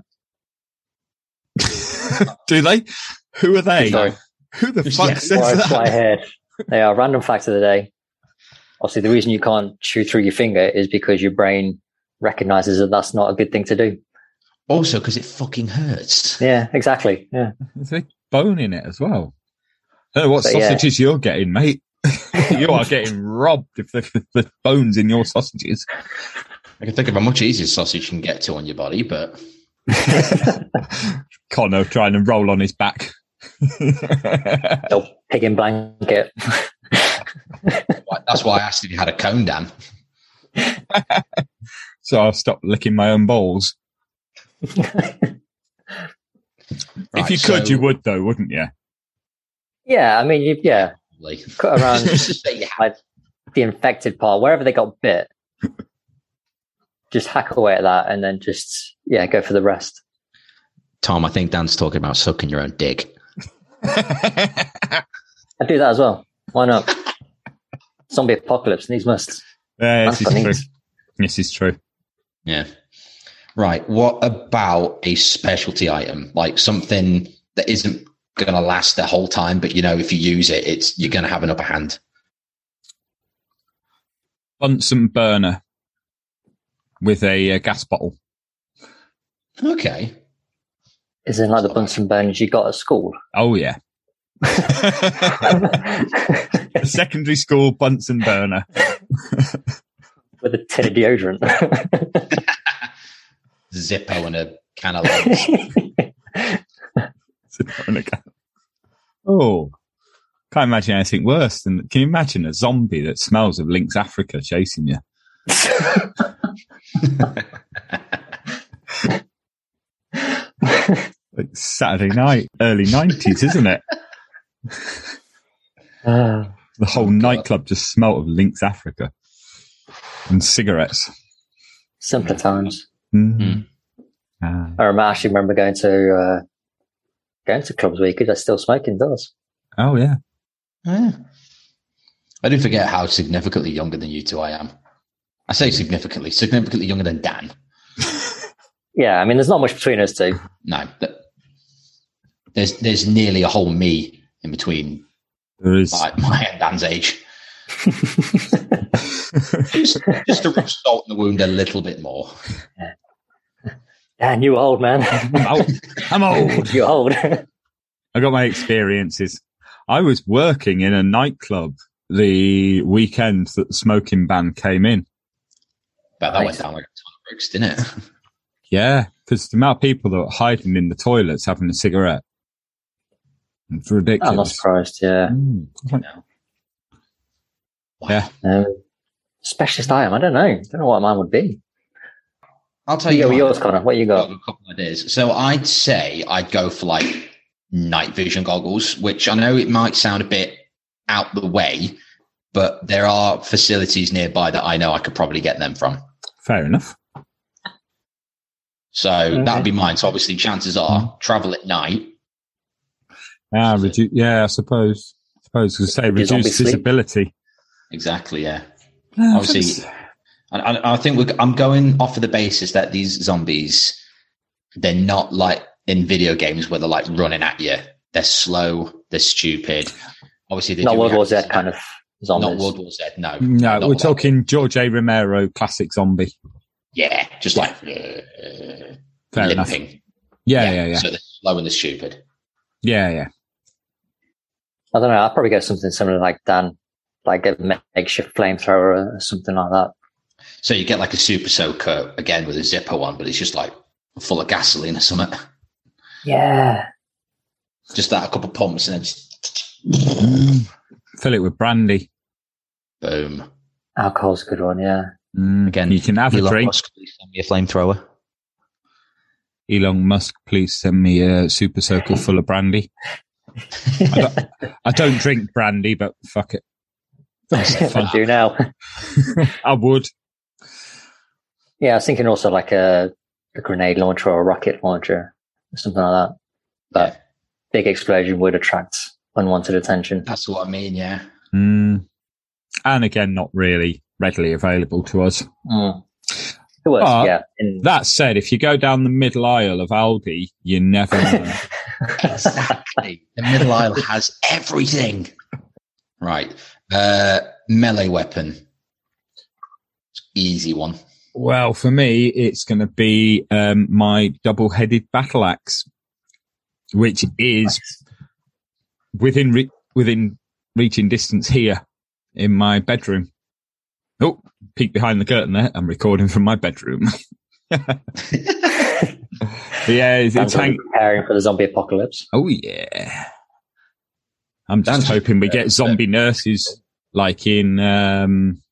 [SPEAKER 3] Isn't
[SPEAKER 2] Do they? Who are they?
[SPEAKER 3] it? Sorry.
[SPEAKER 2] Who the fuck
[SPEAKER 3] Yeah,
[SPEAKER 2] says
[SPEAKER 3] words I
[SPEAKER 2] that?
[SPEAKER 3] heard. They are random facts of the day. Obviously, the reason you can't chew through your finger is because your brain recognizes that that's not a good thing to do.
[SPEAKER 1] Also, because it fucking hurts.
[SPEAKER 3] Yeah, exactly. Yeah.
[SPEAKER 2] There's a bone in it as well. I don't know what
[SPEAKER 3] But yeah.
[SPEAKER 2] sausages you're getting, mate. *laughs* you are getting robbed if there's there's bones in your sausages.
[SPEAKER 1] I can think of a much easier sausage you can get to on your body, but
[SPEAKER 2] Connor trying to roll on his back. *laughs*
[SPEAKER 3] No pig in blanket.
[SPEAKER 1] like, that's why I asked if you had a cone, Dan.
[SPEAKER 2] so I'll stop licking my own balls. if
[SPEAKER 1] Right,
[SPEAKER 2] you could,
[SPEAKER 1] so-
[SPEAKER 2] you would, though, wouldn't you?
[SPEAKER 3] *laughs*
[SPEAKER 2] *laughs*
[SPEAKER 3] yeah, I mean, you, yeah,
[SPEAKER 1] Like,
[SPEAKER 3] cut around
[SPEAKER 1] just to say you had-
[SPEAKER 3] like the infected part, wherever they got bit. Just hack away at that, and then just yeah, go for the rest.
[SPEAKER 1] Tom, I think Dan's talking about sucking your own dick.
[SPEAKER 3] I do that as well. Why not? Zombie apocalypse needs must.
[SPEAKER 2] Yeah, this
[SPEAKER 3] That's funny.
[SPEAKER 2] is true. This is true.
[SPEAKER 1] Yeah. Right. What about a specialty item, like something that isn't going to last the whole time, but you know, if you use it, it's you're going to have an upper hand.
[SPEAKER 2] Bunsen burner with a uh, gas bottle.
[SPEAKER 1] Okay.
[SPEAKER 3] Is in like the Bunsen burners you got at school. *laughs*
[SPEAKER 2] Oh yeah. *laughs* a secondary school Bunsen burner. *laughs*
[SPEAKER 3] with a tin of deodorant.
[SPEAKER 1] Zippo and a can of lights.
[SPEAKER 2] oh, can't imagine anything worse than. Can you imagine a zombie that smells of Lynx Africa chasing
[SPEAKER 3] *laughs*
[SPEAKER 2] you? It's Saturday night, early nineties, isn't it?
[SPEAKER 3] Uh,
[SPEAKER 2] The whole nightclub just smelt of Lynx Africa and cigarettes.
[SPEAKER 3] simpler times.
[SPEAKER 2] Mm.
[SPEAKER 1] Mm.
[SPEAKER 2] Ah.
[SPEAKER 3] I remember, I actually remember going to uh, going to clubs where you could still smoke indoors.
[SPEAKER 2] Oh *laughs* yeah.
[SPEAKER 1] Yeah. I do forget how significantly younger than you two I am. I say significantly, significantly younger than Dan.
[SPEAKER 3] Yeah, I mean, there's not much between us two.
[SPEAKER 1] No, that, there's there's nearly a whole me in between
[SPEAKER 2] There is.
[SPEAKER 1] my, my and Dan's age. just, just to rub salt in the wound a little bit more.
[SPEAKER 3] Dan, you old
[SPEAKER 2] *laughs*
[SPEAKER 3] man.
[SPEAKER 2] I'm old. I'm old.
[SPEAKER 3] you old.
[SPEAKER 2] I got my experiences. I was working in a nightclub the weekend that the smoking ban came in.
[SPEAKER 1] But that went
[SPEAKER 3] Nice.
[SPEAKER 1] down like a ton of bricks, didn't it?
[SPEAKER 2] Yeah, because the amount of people that were hiding in the toilets having a cigarette. It's
[SPEAKER 3] I'm not
[SPEAKER 2] ridiculous.
[SPEAKER 3] surprised. *laughs* Yeah.
[SPEAKER 2] Mm. Yeah.
[SPEAKER 3] Um, specialist item. I don't know. I don't know what mine would be.
[SPEAKER 1] I'll tell
[SPEAKER 3] You go
[SPEAKER 1] you.
[SPEAKER 3] with
[SPEAKER 1] what,
[SPEAKER 3] yours, Connor. What you
[SPEAKER 1] I've
[SPEAKER 3] got?
[SPEAKER 1] got a couple of ideas. So I'd say I'd go for like night vision goggles, which I know it might sound a bit out the way, but there are facilities nearby that I know I could probably get them from.
[SPEAKER 2] Fair enough.
[SPEAKER 1] So
[SPEAKER 3] Okay.
[SPEAKER 2] Mm-hmm.
[SPEAKER 1] that'd be mine. So obviously, chances are travel at night.
[SPEAKER 2] Yeah, Ah, redu- yeah, I suppose. I suppose we say
[SPEAKER 3] Is zombie
[SPEAKER 2] reduced
[SPEAKER 3] sleep?
[SPEAKER 2] visibility. Ah,
[SPEAKER 1] Exactly. Yeah.
[SPEAKER 2] Yeah, I think
[SPEAKER 1] Obviously,
[SPEAKER 2] so.
[SPEAKER 1] and I, I think we're, I'm going off of the basis that these zombies, they're not like in video games where they're like running at you. They're slow. They're stupid. Obviously, they
[SPEAKER 3] Not
[SPEAKER 1] do
[SPEAKER 3] World War Z
[SPEAKER 1] react-
[SPEAKER 3] kind of
[SPEAKER 1] Not
[SPEAKER 3] zombies.
[SPEAKER 1] World War Z. No.
[SPEAKER 2] No,
[SPEAKER 1] Not
[SPEAKER 2] we're
[SPEAKER 1] like-
[SPEAKER 2] talking George A. Romero classic zombie.
[SPEAKER 1] yeah, just like uh,
[SPEAKER 2] Fair enough.
[SPEAKER 1] limping.
[SPEAKER 2] Yeah, yeah, yeah.
[SPEAKER 1] So they're slow and they're stupid.
[SPEAKER 2] Yeah, yeah.
[SPEAKER 3] I don't know. I'll probably go something similar like Dan, like a ma- makeshift flamethrower or something like that.
[SPEAKER 1] So you get like a super soaker again with a zipper one, but it's just like full of gasoline or something.
[SPEAKER 3] Yeah.
[SPEAKER 1] Just that, a couple of pumps, and then just
[SPEAKER 3] Mm.
[SPEAKER 2] Fill it with brandy.
[SPEAKER 1] boom.
[SPEAKER 3] Alcohol's a good
[SPEAKER 1] *laughs*
[SPEAKER 3] one, yeah.
[SPEAKER 2] Again, Mm. you can have a
[SPEAKER 3] Elon
[SPEAKER 2] drink.
[SPEAKER 3] Musk,
[SPEAKER 1] send me a flamethrower.
[SPEAKER 2] Elon Musk, please send me a super soaker full of brandy. I, don't, I don't drink brandy, but fuck it.
[SPEAKER 3] I do now.
[SPEAKER 2] I would.
[SPEAKER 3] Yeah, I was thinking also like a, a grenade launcher or a rocket launcher, something like that. But big explosion would attract unwanted attention.
[SPEAKER 1] That's what I mean, yeah.
[SPEAKER 2] Mm. And again, not really readily available to us.
[SPEAKER 3] It was,
[SPEAKER 2] But
[SPEAKER 3] Mm. yeah.
[SPEAKER 2] *laughs* that said, if you go down the middle aisle of Aldi, you never know.
[SPEAKER 3] *laughs*
[SPEAKER 1] exactly. The middle aisle has everything. Right. Uh, melee weapon. It's an easy one.
[SPEAKER 2] well, for me, it's going to be um, my double-headed battle axe, which is within re- within reaching distance here in my bedroom. Oh, peek behind the curtain there. I'm recording from my bedroom. *laughs* But yeah, it's, it's
[SPEAKER 3] Sounds like
[SPEAKER 2] hang-
[SPEAKER 3] we're preparing for the zombie apocalypse.
[SPEAKER 2] Oh yeah. I'm just hoping we get zombie nurses like in um,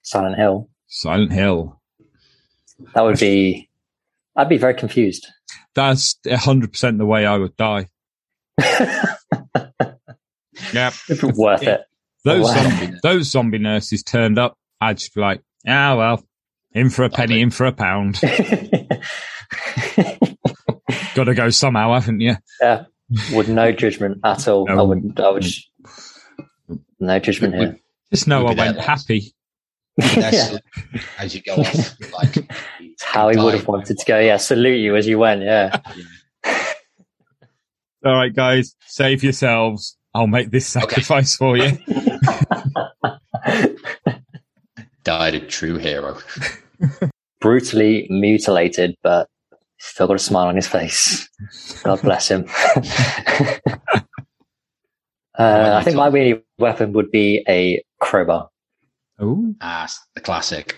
[SPEAKER 3] Silent Hill.
[SPEAKER 2] Silent Hill.
[SPEAKER 3] That would be. I'd be very confused.
[SPEAKER 2] That's hundred percent the way I would die. yeah,
[SPEAKER 3] worth it.
[SPEAKER 2] Those
[SPEAKER 3] Wow. *laughs*
[SPEAKER 2] zombie, those zombie nurses turned up. I'd just be like, ah, well, in for a penny, in for a pound.
[SPEAKER 3] *laughs*
[SPEAKER 2] Got to go somehow, haven't you?
[SPEAKER 3] Yeah, with no judgment at all. I would. I would. just- No judgment here.
[SPEAKER 2] Just know I
[SPEAKER 3] Look at
[SPEAKER 2] went happy.
[SPEAKER 3] Yeah.
[SPEAKER 1] As you go off, like
[SPEAKER 3] *laughs* It's how he would have wanted to go. Yeah, salute you as you went. Yeah.
[SPEAKER 2] All right, guys, save yourselves. I'll make this *laughs* sacrifice for you.
[SPEAKER 1] died a true hero.
[SPEAKER 3] Brutally mutilated, but still got a smile on his face. God bless him. *laughs* uh, I think my really weapon would be a crowbar.
[SPEAKER 2] Oh,
[SPEAKER 1] ah, s- the classic.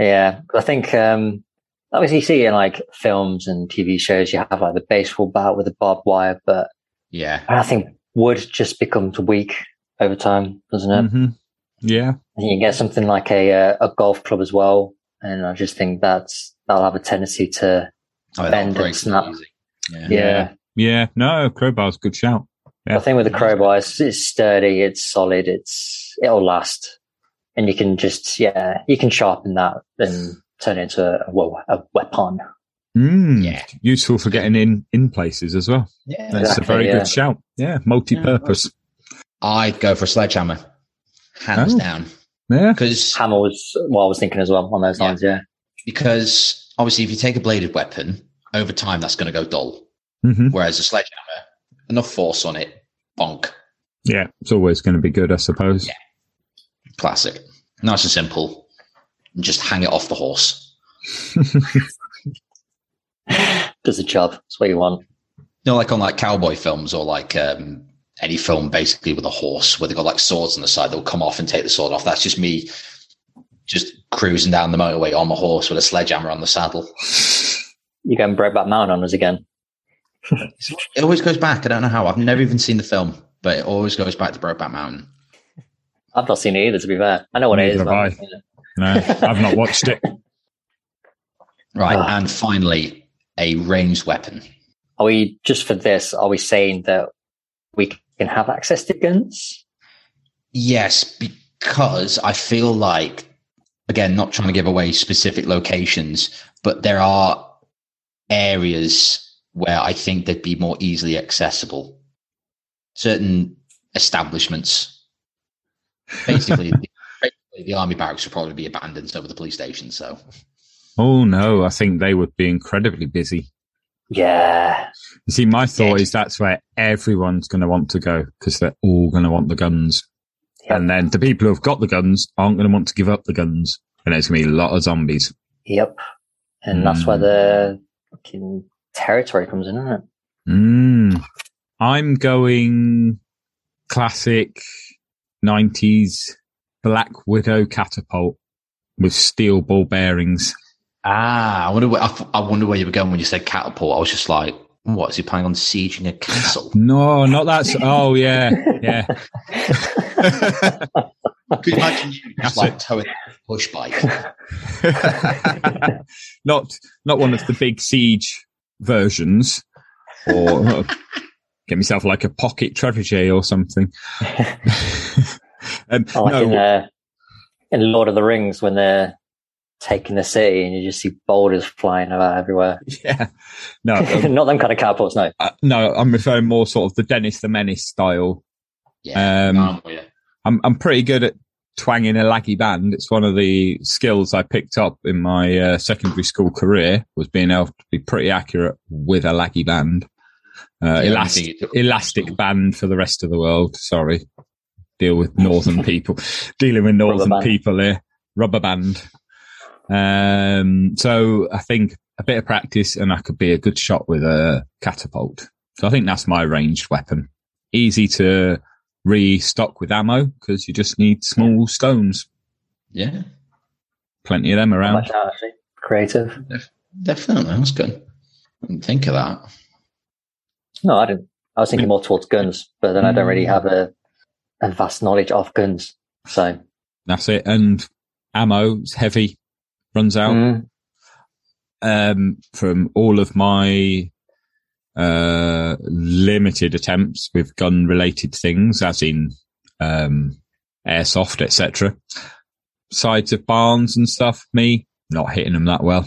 [SPEAKER 3] Yeah, 'cause I think um, obviously you see in like films and TV shows you have like the baseball bat with the barbed wire, but
[SPEAKER 1] Yeah.
[SPEAKER 3] I think wood just becomes weak over time, doesn't it?
[SPEAKER 2] Mhm. Yeah.
[SPEAKER 3] And You can get something like a uh, a golf club as well, and I just think that's that'll have a tendency to
[SPEAKER 1] Oh, that'll
[SPEAKER 3] bend
[SPEAKER 1] break
[SPEAKER 3] and snap. Yeah.
[SPEAKER 2] Yeah. No, crowbar's a good shout. Yeah.
[SPEAKER 3] I think with the crowbar, it's, it's sturdy, it's solid, it's it'll last, and you can just yeah, you can sharpen that and turn it into a, well, a weapon.
[SPEAKER 2] Mm, Useful for getting in in places as well.
[SPEAKER 1] Yeah,
[SPEAKER 2] That's
[SPEAKER 1] Exactly,
[SPEAKER 2] a very
[SPEAKER 1] yeah.
[SPEAKER 2] good shout. Yeah, multi-purpose.
[SPEAKER 1] I'd go for a sledgehammer. Hands down.
[SPEAKER 2] Yeah.
[SPEAKER 1] Because
[SPEAKER 3] hammer was what I was thinking as well on those lines. Yeah.
[SPEAKER 1] Because obviously, if you take a bladed weapon, over time that's going to go dull.
[SPEAKER 2] Mhm.
[SPEAKER 1] Whereas a sledgehammer, enough force on it, bonk.
[SPEAKER 2] Yeah, it's always going to be good, I suppose.
[SPEAKER 1] Classic. Nice and simple. And just hang it off the horse.
[SPEAKER 3] Does the job. That's what you want.
[SPEAKER 1] You know, like on like cowboy films or like um, any film basically with a horse where they got like swords on the side, they'll come off and take the sword off. That's just me just cruising down the motorway on my horse with a sledgehammer on the saddle.
[SPEAKER 3] You're going Brokeback Mountain on us again.
[SPEAKER 1] It always goes back. I don't know how. I've never even seen the film, but it always goes back to Brokeback Mountain.
[SPEAKER 3] I've not seen it either, to be fair. I know what it is.
[SPEAKER 1] Neither
[SPEAKER 3] but I
[SPEAKER 1] have
[SPEAKER 3] haven't seen it.
[SPEAKER 2] *laughs* No, I've not watched it.
[SPEAKER 1] Right, and finally, a ranged weapon.
[SPEAKER 3] Are we just for this? Are we saying that we can have access to guns?
[SPEAKER 1] Yes, because I feel like, again, not trying to give away specific locations, but there are areas where I think they'd be more easily accessible. Certain establishments, basically, basically the army barracks would probably be abandoned over the police station. So,
[SPEAKER 2] Oh no, I think they would be incredibly busy.
[SPEAKER 3] Yeah.
[SPEAKER 2] You see, my thought is that's where everyone's going to want to go because they're all going to want the guns, and then the people who've got the guns aren't going to want to give up the guns, and it's going to be a lot of zombies.
[SPEAKER 3] Yep. And that's where the fucking territory comes in, isn't it?
[SPEAKER 2] Mm. I'm going classic 90s Black Widow catapult with steel ball bearings.
[SPEAKER 1] Ah, I wonder. Where, I, f- I wonder where you were going when you said catapult. I was just like, what is he planning on sieging a
[SPEAKER 2] *laughs*
[SPEAKER 1] castle?
[SPEAKER 2] No, not that. s- Oh, yeah. Yeah.
[SPEAKER 1] Could you imagine you just
[SPEAKER 2] That's
[SPEAKER 1] like
[SPEAKER 2] it.
[SPEAKER 1] towing a push bike?
[SPEAKER 2] *laughs* not not one of the big siege versions or uh, get myself like a pocket trebuchet or something *laughs* um,
[SPEAKER 3] Or like
[SPEAKER 2] no,
[SPEAKER 3] in, uh, in Lord of the Rings when they're taking the city and you just see boulders flying about everywhere.
[SPEAKER 2] Yeah. No, um,
[SPEAKER 3] *laughs* not them kind of catapults, no.
[SPEAKER 2] uh, no i'm referring more sort of the dennis the menace style
[SPEAKER 1] yeah,
[SPEAKER 2] *laughs* um,
[SPEAKER 1] I'm with you.
[SPEAKER 2] I'm I'm pretty good at twanging a laggy band. It's one of the skills I picked up in my uh, secondary school career was being able to be pretty accurate with a laggy band. Uh,
[SPEAKER 1] only thing
[SPEAKER 2] elastic
[SPEAKER 1] you took from
[SPEAKER 2] elastic band for the rest of the world. Sorry, deal with
[SPEAKER 3] *laughs*
[SPEAKER 2] northern people. Dealing with northern
[SPEAKER 3] band.
[SPEAKER 2] people here. Rubber band. Um, so I think a bit of practice and I could be a good shot with a catapult. So I think that's my ranged weapon. Easy to restock with ammo because you just need small stones.
[SPEAKER 1] Yeah,
[SPEAKER 2] Plenty of them
[SPEAKER 3] Not
[SPEAKER 2] around.
[SPEAKER 3] much out, actually. Creative.
[SPEAKER 1] def- definitely. That's good. I didn't think of that. *laughs*
[SPEAKER 3] No, I didn't. I was thinking more towards guns, but then I don't really have a, a vast knowledge of guns. So,
[SPEAKER 2] That's it. And ammo is heavy, runs out.
[SPEAKER 3] mm,
[SPEAKER 2] um, from all of my uh, limited attempts with gun related things, as in um, airsoft, etc. Sides of barns and stuff, me not hitting them that well.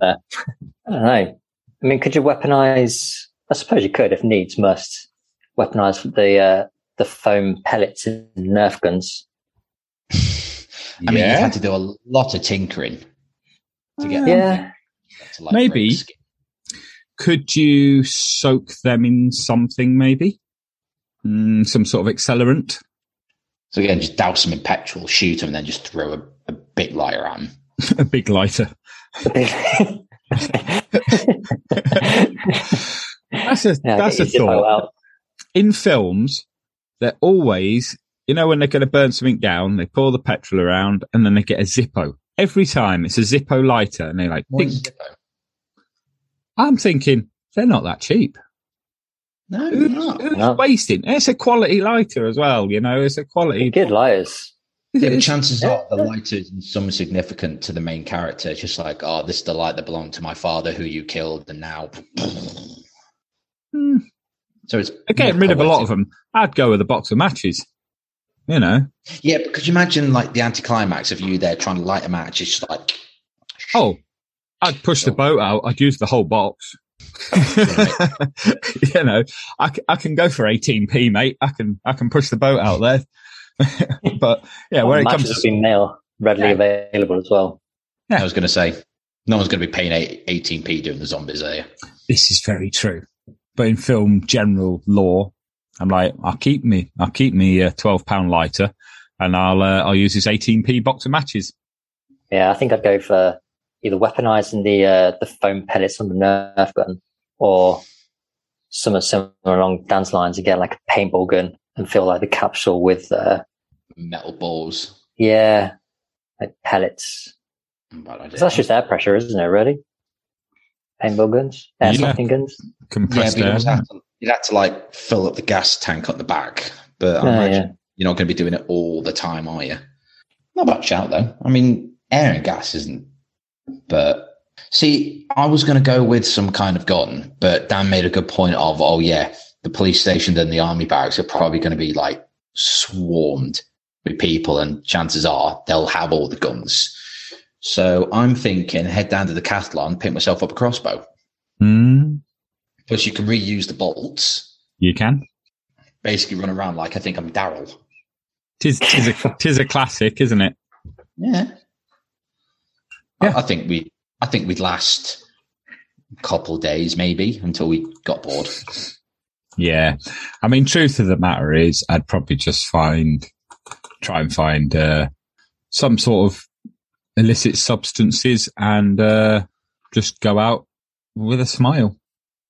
[SPEAKER 3] I don't know. I mean, could you weaponize? I suppose you could, if needs must, weaponize the uh, the foam pellets in Nerf guns.
[SPEAKER 1] I mean, you
[SPEAKER 2] Yeah.
[SPEAKER 1] had to do a lot of tinkering to get
[SPEAKER 3] Yeah.
[SPEAKER 1] to like
[SPEAKER 2] Maybe.
[SPEAKER 1] break skin.
[SPEAKER 2] Could you soak them in something, maybe? Mm, some sort of accelerant? *laughs*
[SPEAKER 1] So again, just douse them in petrol, shoot them, and then just throw a, a bit lighter at 'em.
[SPEAKER 2] A big lighter.
[SPEAKER 3] *laughs*
[SPEAKER 2] That's a,
[SPEAKER 3] Yeah,
[SPEAKER 2] that's a
[SPEAKER 3] get your Zippo
[SPEAKER 2] thought.
[SPEAKER 3] out.
[SPEAKER 2] in films, they're always, you know, when they're going to burn something down, they pour the petrol around and then they get a Zippo. Every time it's a Zippo lighter and they're like,
[SPEAKER 1] What's
[SPEAKER 2] "Dink."
[SPEAKER 1] it though?
[SPEAKER 2] I'm thinking they're not that cheap.
[SPEAKER 1] No,
[SPEAKER 2] Who-
[SPEAKER 1] not.
[SPEAKER 2] Who's
[SPEAKER 3] No.
[SPEAKER 2] wasting? It's a quality lighter as well, you know, it's a quality.
[SPEAKER 3] Good liars.
[SPEAKER 1] Yeah,
[SPEAKER 2] *laughs*
[SPEAKER 1] but
[SPEAKER 2] It's-
[SPEAKER 1] chances are the lighter is in some significant to the main character. It's just like, oh, this is the light that belonged to my father who you killed, and now.
[SPEAKER 2] Hmm,
[SPEAKER 1] So it's
[SPEAKER 2] They're getting rid of a lot of them. I'd go with a box of matches, you know.
[SPEAKER 1] Yeah, but could you imagine like the anticlimax of you there trying to light a match? It's just like
[SPEAKER 2] Oh, I'd push the boat out. I'd use the whole box. you know, I, c- I can go for 18p, mate. I can I can push the boat out there. *laughs* but yeah, when it
[SPEAKER 3] matches
[SPEAKER 2] comes,
[SPEAKER 3] have been male, readily available as well.
[SPEAKER 1] I was going to say, no one's going to be paying eight- 18p doing the zombies there.
[SPEAKER 2] this is very true. But in film general law, I'm like, I'll keep me, I'll keep me uh, 12 pound lighter, and I'll uh, I'll use this 18p box of matches.
[SPEAKER 3] Yeah, I think I'd go for either weaponizing the uh, the foam pellets on the Nerf gun, or something similar along Dan's lines and get like a paintball gun and fill like the capsule with uh,
[SPEAKER 1] Metal balls.
[SPEAKER 3] yeah, like pellets.
[SPEAKER 1] Bad idea.
[SPEAKER 3] 'Cause That's just air pressure, isn't it? Really, paintball guns,
[SPEAKER 2] Yeah.
[SPEAKER 3] airsoft guns.
[SPEAKER 1] yeah,
[SPEAKER 2] Compressed
[SPEAKER 1] but you'd,
[SPEAKER 2] air.
[SPEAKER 1] also have to, you'd have to like fill up the gas tank at the back. But I
[SPEAKER 3] Yeah,
[SPEAKER 1] imagine
[SPEAKER 3] yeah.
[SPEAKER 1] you're not going to be doing it all the time, are you? Not much shout though. I mean, air and gas isn't. But see, I was going to go with some kind of gun, but Dan made a good point of, oh yeah, the police station and the army barracks are probably going to be like swarmed with people, and chances are they'll have all the guns. So I'm thinking, head down to the Cathlon, pick myself up a crossbow.
[SPEAKER 2] Hmm,
[SPEAKER 1] Plus, you can reuse the bolts.
[SPEAKER 2] you can.
[SPEAKER 1] Basically, run around like I think I'm Daryl.
[SPEAKER 2] Tis, tis, a, tis a classic, isn't it?
[SPEAKER 1] Yeah.
[SPEAKER 2] Yeah.
[SPEAKER 1] I, I think we. I think we'd last a couple days, maybe, until we got bored.
[SPEAKER 2] Yeah. I mean, truth of the matter is, I'd probably just find, try and find uh, some sort of illicit substances and uh, just go out with a smile.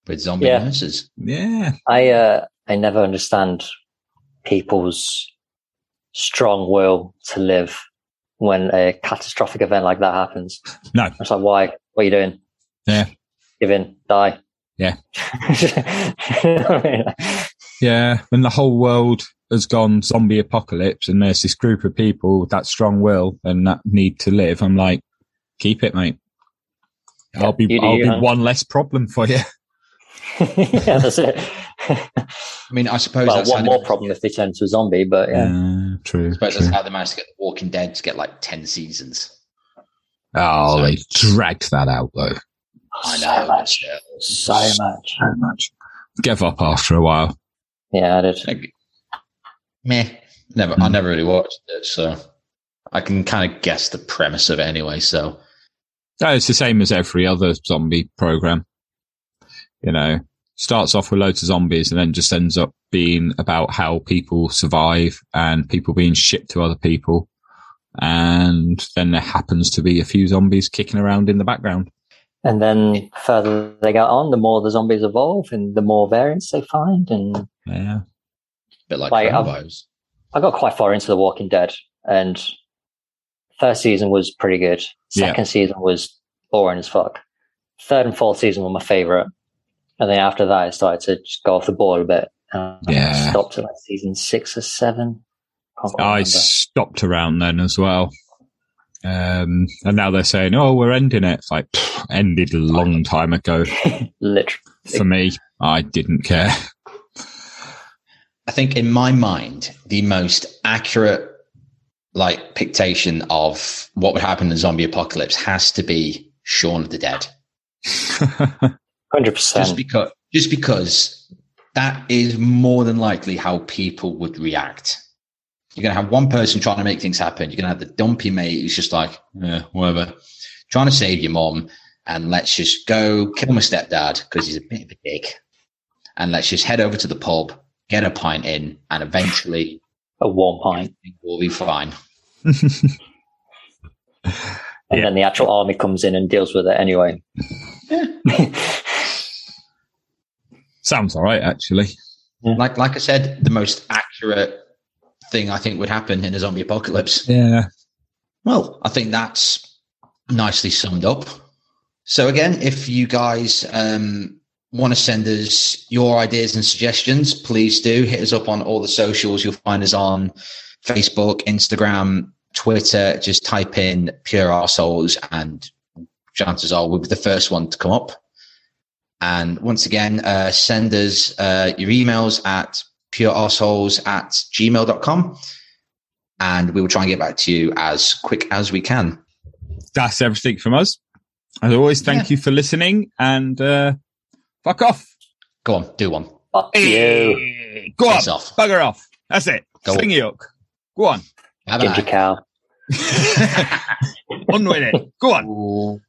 [SPEAKER 1] With zombie
[SPEAKER 3] Yeah.
[SPEAKER 1] nurses.
[SPEAKER 2] Yeah.
[SPEAKER 3] I uh, I never understand people's strong will to live when a catastrophic event like that happens.
[SPEAKER 2] No.
[SPEAKER 3] It's like why? What are you doing?
[SPEAKER 2] Yeah.
[SPEAKER 3] Give in, die. *laughs*
[SPEAKER 2] Yeah.
[SPEAKER 3] yeah.
[SPEAKER 2] Yeah, when the whole world has gone zombie apocalypse and there's this group of people with that strong will and that need to live, I'm like, keep it, mate. I'll be
[SPEAKER 3] You do
[SPEAKER 2] I'll
[SPEAKER 3] you,
[SPEAKER 2] be
[SPEAKER 3] man.
[SPEAKER 2] one less problem for you.
[SPEAKER 3] *laughs* that's it.
[SPEAKER 1] I mean, I suppose
[SPEAKER 3] well,
[SPEAKER 1] that's how
[SPEAKER 3] one
[SPEAKER 1] they-
[SPEAKER 3] more problem if they turn to a zombie, but yeah.
[SPEAKER 2] true.
[SPEAKER 1] I suppose that's how they managed to get The Walking Dead to get like 10 seasons.
[SPEAKER 2] Oh, they dragged that out though.
[SPEAKER 3] Oh,
[SPEAKER 1] I know. that's it.
[SPEAKER 3] So much.
[SPEAKER 2] So much. Give up after a while.
[SPEAKER 3] Yeah, I did.
[SPEAKER 1] Like, meh. Never, I never really watched it, so I can kind of guess the premise of it anyway. So
[SPEAKER 2] No, it's the same as every other zombie program. You know, starts off with loads of zombies and then just ends up being about how people survive and people being shipped to other people. And then there happens to be a few zombies kicking around in the background.
[SPEAKER 3] And then further they go on, the more the zombies evolve and the more variants they find. And
[SPEAKER 2] Yeah.
[SPEAKER 1] a bit like,
[SPEAKER 3] Like, um,
[SPEAKER 1] Rambo's.
[SPEAKER 3] I got quite far into The Walking Dead, and first season was pretty good.
[SPEAKER 2] Yeah.
[SPEAKER 3] Second season was boring as fuck. Third and fourth season were my favorite. And then after that, it started to just go off the boil a bit. And
[SPEAKER 2] Yeah.
[SPEAKER 3] I stopped at like season six or seven. Can't quite
[SPEAKER 2] I
[SPEAKER 3] remember.
[SPEAKER 2] stopped around then as well. Um, and now they're saying, oh, we're ending it. It's like, pfft, ended a long time ago.
[SPEAKER 3] Literally.
[SPEAKER 2] For me, I didn't care.
[SPEAKER 1] I think in my mind, the most accurate like pictation of what would happen in a zombie apocalypse has to be Shaun of the Dead.
[SPEAKER 3] 100%.
[SPEAKER 1] Just because just because that is more than likely how people would react. You're gonna have one person trying to make things happen. You're gonna have the dumpy mate who's just like, eh, whatever, trying to save your mom, and let's just go kill my stepdad because he's a bit of a dick, and let's just head over to the pub, get a pint in, and eventually
[SPEAKER 3] a warm pint.
[SPEAKER 1] we'll be fine.
[SPEAKER 3] And then the actual army comes in and deals with it anyway.
[SPEAKER 2] Sounds all right, actually.
[SPEAKER 1] Like like I said, the most accurate thing I think would happen in a zombie apocalypse.
[SPEAKER 2] Yeah.
[SPEAKER 1] Well, I think that's nicely summed up. So again, if you guys um, want to send us your ideas and suggestions, please do hit us up on all the socials. You'll find us on Facebook, Instagram, Twitter. Just type in "pure our souls" and chances are we'll be the first one to come up. And once again, uh, send us uh, your emails at purearsouls at gmail.com and we will try and get back to you as quick as we can.
[SPEAKER 2] that's everything from us. As always, thank you for listening and uh, fuck off.
[SPEAKER 1] Go on, do one.
[SPEAKER 3] Fuck you.
[SPEAKER 2] Go on.
[SPEAKER 1] Piss off.
[SPEAKER 2] Bugger off. That's it.
[SPEAKER 1] Go
[SPEAKER 2] Sling
[SPEAKER 1] on.
[SPEAKER 2] yoke. Go on.
[SPEAKER 1] Bye
[SPEAKER 3] Ginger
[SPEAKER 1] bye.
[SPEAKER 3] cow.
[SPEAKER 2] on with it. Go on.
[SPEAKER 1] Ooh.